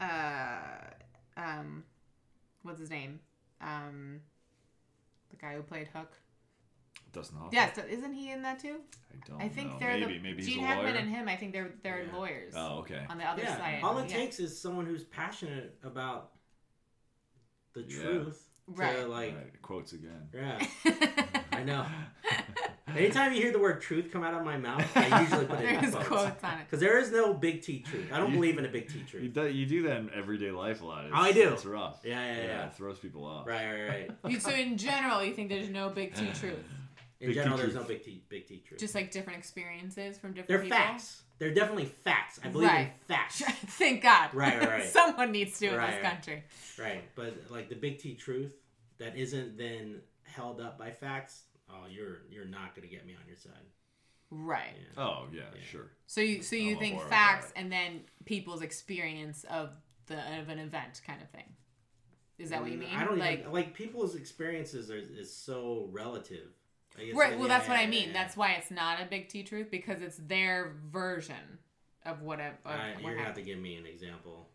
uh, um, what's his name? Um, the guy who played Hook.
Dustin Hoffman.
Yeah, so isn't he in that too?
I don't
I think
know.
they're
Oh. maybe
the
maybe he's
Gene
a
Hackman
lawyer.
and him. I think they're they're
Yeah.
lawyers
Oh, okay.
on the other
Yeah,
side.
All it
Yeah.
takes is someone who's passionate about the
Yeah.
truth to
<laughs> Right.
like
Alright,
<laughs>
quotes again.
yeah.
<laughs>
I know. Anytime you hear the word truth come out of my mouth, I usually put it in
There's
quotes.
quotes on it.
Because there is no big T truth. I don't
You-
believe in a big T
<laughs> You
truth.
do, you do that in everyday life a lot. It's,
I do.
It's rough.
Yeah, yeah, yeah.
It throws people off.
Right, right, right.
You- so in general, you think there's no big T truth,
In
Big T
general, there's no
truth.
big T big T truth.
just like different experiences from different
They're
people.
facts. They're definitely facts. I believe in
<laughs> Right. <laughs>
facts.
Thank God.
Right, right,
<laughs>
right.
Someone needs to in
Right,
this
right.
country.
Right. But like the big T truth that isn't then held up by facts, oh you're you're not gonna get me on your side.
Right.
Yeah.
Oh, yeah,
Yeah.
sure.
So you so
I'm
you
on
think
board with
facts
that.
and then people's experience of the of an event kind of thing. Is that what you
Mm,
mean?
I don't
like
even like people's experiences are is so relative. Like, it's
right.
like,
Well,
yeah,
that's what
yeah,
I
yeah,
mean.
yeah.
That's why it's not a big T truth because it's their version of whatever.
All right,
what
you're gonna have
happened.
to give me an example.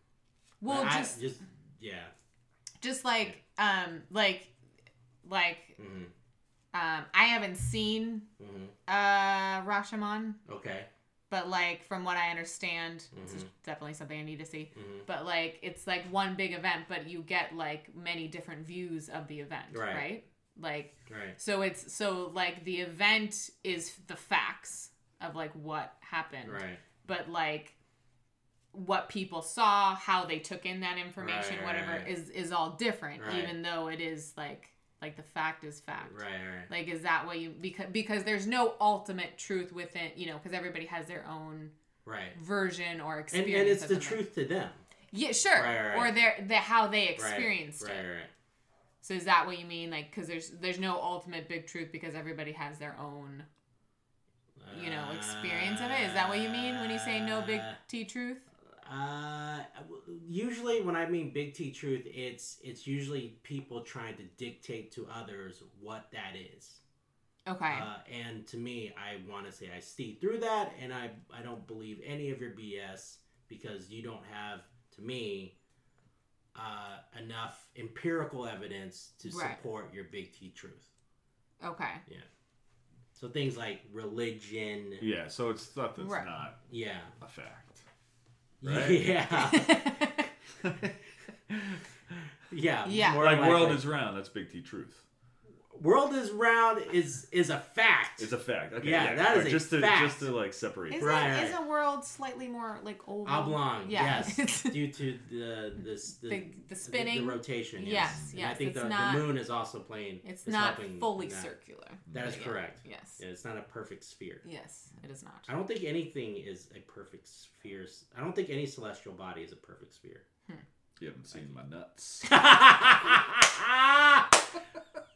Well,
But I-
just
just yeah.
just like um like like
hmm
um I haven't seen
hmm
uh Rashomon,
Okay.
but like from what I understand, this is
Mhm.
definitely something I need to see.
hmm
But like it's like one big event, but you get like many different views of the event,
Right.
right? Like
Right.
so it's so like the event is the facts of like what happened,
Right.
but like what people saw, how they took in that information,
Right, right,
whatever
right.
is is all different,
Right.
even though it is like like the fact is fact.
Right. Right.
Like is that what you because because there's no ultimate truth within you know because everybody has their own
Right.
version or
And,
experience.
and it's
of
the
something.
truth to them.
Yeah, sure.
Right, right, right.
Or their the how they
Right,
experienced
Right.
it.
Right.
So is that what you mean? Like because there's there's no ultimate big truth because everybody has their own
right.
you know experience of it. Is that what you mean when you say no big
Uh,
T truth?
Uh, usually when I mean big T truth, it's it's usually people trying to dictate to others what that is.
Okay.
Uh, and to me, I want to say I see through that, and I I don't believe any of your BS because you don't have, to me, uh, enough empirical evidence to
Right.
support your big T truth. <laughs>
okay.
So things like religion,
Yeah, so it's stuff that's
Right.
not
yeah,
<laughs>
<laughs>
a fact. Right.
yeah, Yeah.
<laughs> Yeah.
more
Like
likely.
world is round. That's Big T truth.
world is round is is a fact.
It's a fact. Okay,
Yeah, that is
right,
a
just to
fact.
just to like separate.
Isn't,
Right, right.
isn't world slightly more like oval?
Oblong.
Yeah. <laughs>
Yes. due to the this the,
the, the spinning.
the, rotation. Yes.
Yes,
And I
yes,
think
it's
the,
not-
the moon is also playing.
it's
is
not
helping
fully
in that.
circular.
That is
Yeah.
correct.
Yes.
Yeah, it's not a perfect sphere.
Yes, it is not.
I don't think anything is a perfect sphere. I don't think any celestial body is a perfect sphere. <laughs>
You haven't seen my nuts.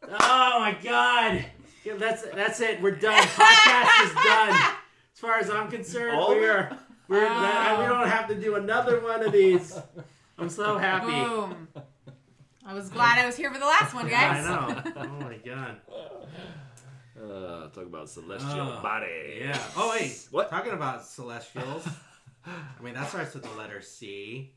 oh my god! Yeah, that's that's it.
<laughs>
We're done. Podcast is done. As far as I'm concerned,
All of
we're we're
Wow.
we don't have to do another one of these. I'm so happy.
Boom. I was glad I was here for the last one,
<laughs> I
guys.
know. Oh my god.
Uh, talk about celestial
Oh,
body.
Yeah. Oh wait.
<laughs> What?
Talking about
<laughs>
celestials. I mean, that starts with the letter C,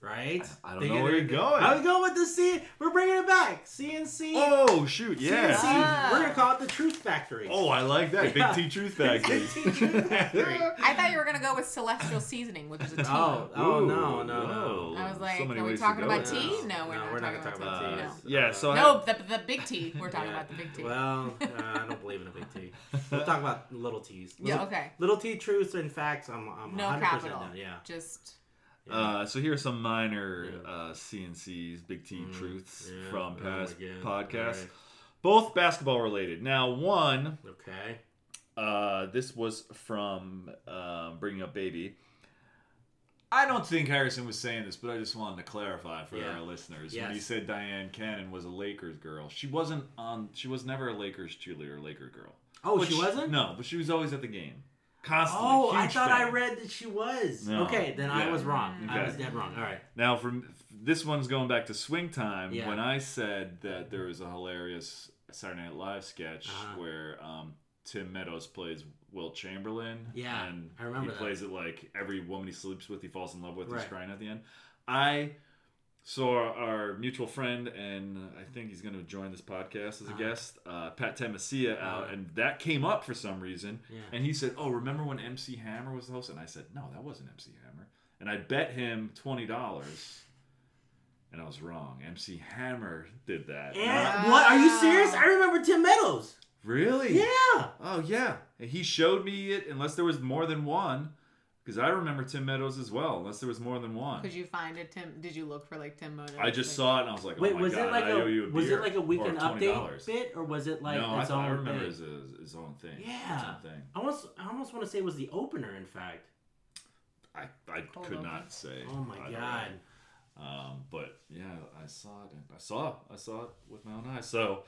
right?
I don't
They
know
get
where
it-
you're going.
I was going with the C. We're bringing it back. CNC.
Oh shoot! Yeah.
CNC.
Ah.
We're gonna call it the Truth Factory. <laughs>
Oh, I like that.
Yeah.
Big T Truth Factory.
Big T
<laughs>
Truth
<laughs>
Factory.
I thought you were gonna go with celestial seasoning, which
<laughs>
is a tea.
Oh, oh
Ooh,
no, no,
whoa.
no.
I was
So
like,
many
are we
ways to
talking
go
about
<laughs> with
tea?
this.
No, we're
No,
not
we're not
talking
gonna
about,
talk
tea.
about
no.
tea.
Yeah. So I,
No, the, the big tea. We're talking
Yeah.
about the big tea.
Well,
<laughs>
uh, I don't believe in a big T. We'll talk about little T's. Little,
yeah, okay.
Little T truths and facts. I'm, I'm
No
100%
capital.
done. Yeah.
Just
Uh, so here are some minor uh, CNCs, Big T truths
Mm, yeah.
from
Oh,
past
yeah.
podcasts,
Alright.
both basketball related. Now, one,
Okay.
uh, this was from um, Bringing Up Baby. I don't think Harrison was saying this, but I just wanted to clarify for
Yeah.
our listeners.
Yes.
When he said Diane Cannon was a Lakers girl, she wasn't on. She was never a Lakers cheerleader, or Laker girl.
Oh,
But
she wasn't?
No, but she was always at the game, constantly.
Oh, I
huge
thought I
fan.
read that she was.
No.
Okay, then I
Yeah.
was wrong. I
Okay.
was dead wrong. All right.
Now, from this one's going back to swing time
Yeah.
when I said that there was a hilarious Saturday Night Live sketch
Uh-huh.
where um, Tim Meadows plays Will Chamberlain.
Yeah,
and
I remember
he
that.
plays it like every woman he sleeps with, he falls in love with,
Right.
he's crying at the end. I so our, our mutual friend, and I think he's going to join this podcast as a
Uh-huh.
guest, uh, Pat Tamasia, out,
Uh-huh.
and that came up for some reason.
Yeah.
And he said, "Oh, remember when MC Hammer was the host?" And I said, "No, that wasn't MC Hammer." And I bet him twenty dollars, and I was wrong. MC Hammer did that. And I-
And what? Are you serious? I remember Tim Meadows.
really?
Yeah.
Oh yeah. And he showed me it, unless there was more than one, because I remember Tim Meadows as well. Unless there was more than one.
could you find it, Tim? Did you look for like Tim Moto?
I just saw it and I was like, oh
Wait,
my
was
God,
it like
I owe you
a,
a
was it
beer,"
like a
or
weekend
$20.
update bit or was it like
no, I,
its
thought,
own
I remember
thing?
his, his, his own thing. His
Yeah.
own thing.
I almost, I almost want to say it was the opener. In fact,
I, I
Hold
could
on.
not say.
oh my
either
god,
way. Um, but yeah, I saw it. I saw. I saw it with my own eyes. So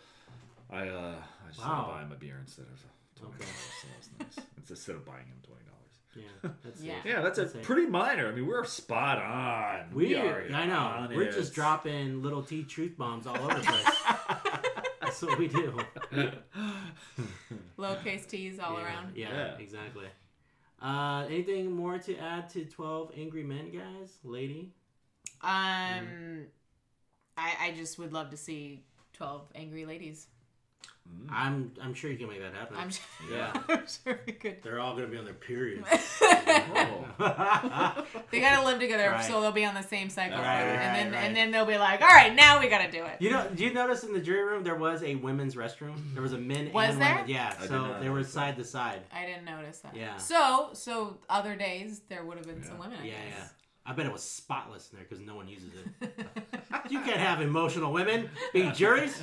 I, uh, I just
Wow.
wanted to buy him a beer instead of twenty
Okay.
dollars. So that was nice. <laughs> It's instead of buying him twenty dollars. <laughs>
yeah, that's
Yeah.
it.
Yeah, that's,
That's
a
it.
pretty minor. I mean, we're spot on.
We,
are
I know,
on
we're
it.
just
<laughs>
dropping little T truth bombs all over the place.
<laughs>
that's what we do.
Lowercase t's all
yeah,
around.
Yeah,
Yeah.
exactly. Uh, anything more to add to Twelve Angry Men, guys? Lady,
Um, I I just would love to see twelve angry ladies.
I'm, I'm sure you can make that happen.
I'm sure. <laughs>
Yeah.
I'm sure we could.
They're all gonna be on
<laughs>
their periods.
Oh.
They gotta live together,
Right.
so they'll be on the same cycle,
Right,
and then
right, right.
and then they'll be like, all right, now we gotta do it.
<laughs> You know, do you notice in the jury room there was a women's restroom? There was a men
Was
and
there?
women. Yeah,
I did
so
not
they were
notice that.
side to side.
I didn't notice that.
Yeah.
So so other days there would have been some
Yeah.
women. I
Yeah, yeah.
guess.
I bet it was spotless in there because no one uses it. you can't have emotional women be juries.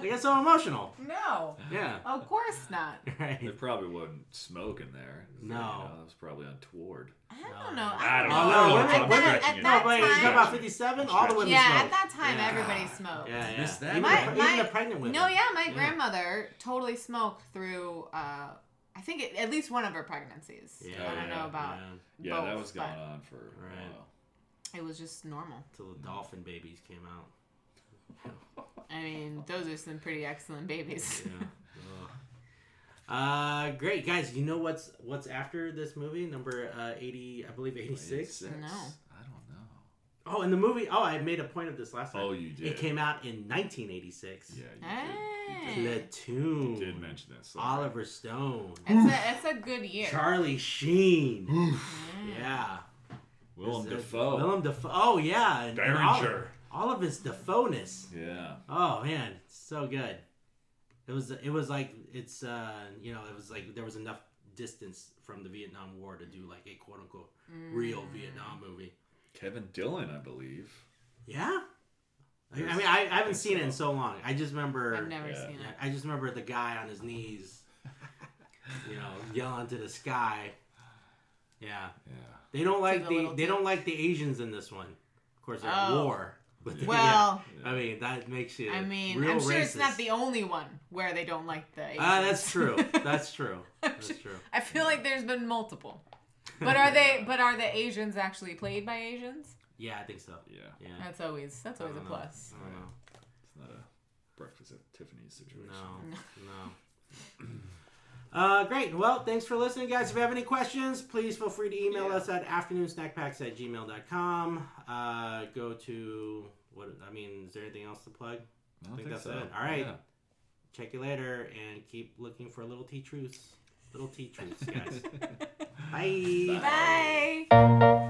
They get so emotional.
<laughs> no,
Yeah. <laughs>
of course not.
There
Right.
probably wasn't smoke in there.
<laughs>
You
No.
know, that was probably untoward.
I
No.
don't know.
I don't
know.
know.
No,
At
we're
that-
stretching
at
it.
No,
that
but you
time-
talk about 57, all the women
yeah,
smoke.
at that time
Yeah.
everybody smoked.
yeah, yeah.
Missed that.
Even,
My-
the, pre-
my-
even the pregnant women.
No, yeah, my
Yeah.
grandmother totally smoked through. Uh, I think it, at least one of her pregnancies.
Yeah,
I don't
yeah,
know about.
yeah.
Yeah, that
both,
was going
but
on for a
Right.
while.
It was just normal.
Till the dolphin babies came
<laughs>
out.
I mean, those are some pretty excellent babies.
Yeah. Ugh. Uh, great guys. You know what's what's after this movie? Number uh, eighty, I believe eighty six.
No.
I don't know.
Oh, and the movie. Oh, I made a point of this last time.
Oh, you did.
It came out in nineteen eighty six.
Yeah, you did.
Hey.
You did.
Platoon.
You did mention this. so-
Oliver Stone.
It's a, it's a good year.
Charlie Sheen.
Mm.
yeah.
Willem
This is-
Hmm. Dafoe.
Willem Dafoe. Oh yeah. and- and Oliver,
Derringer.
all of his Defoeness.
Yeah.
Oh man, so good. It was it was like it's uh you know it was like there was enough distance from the Vietnam War to do like a quote unquote real
Mm.
Vietnam movie.
Kevin Dillon, I believe.
Yeah. I, I
Yes,
mean, I, I haven't
think
seen it in
so.
so long. I just remember.
I've never
Yeah.
seen
Yeah,
it.
I just remember the guy on his knees, you know, yelling to the sky. Yeah,
Yeah.
they don't like
the
the,
little
they don't like the Asians in this one. Of course, they're at
Oh.
war. <laughs> With the,
Well,
yeah. I mean that makes you.
I mean,
real
I'm sure it's not
racist.
the only one where they don't like the. Asians.
Ah, that's true.
<laughs>
That's true. That's
sure-
true.
I feel like there's been
<laughs>
multiple. But are they? But are the Asians actually played by Asians?
Yeah, I think so.
Yeah.
Yeah.
That's always that's always a
I don't know.
plus.
I don't know.
It's not a breakfast at Tiffany's situation.
No, no. <clears throat> Uh, great. Well, thanks for listening, guys. If you have any questions, please feel free to email
Yeah.
us at afternoonsnackpacks at gmail.com. Uh, go to what I mean, is there anything else to plug?
I don't
think
think,
that's
so.
it. All right.
Yeah.
Check you later and keep looking for little <laughs> tea truths. Little tea truths, guys. Bye.
Bye.
Bye.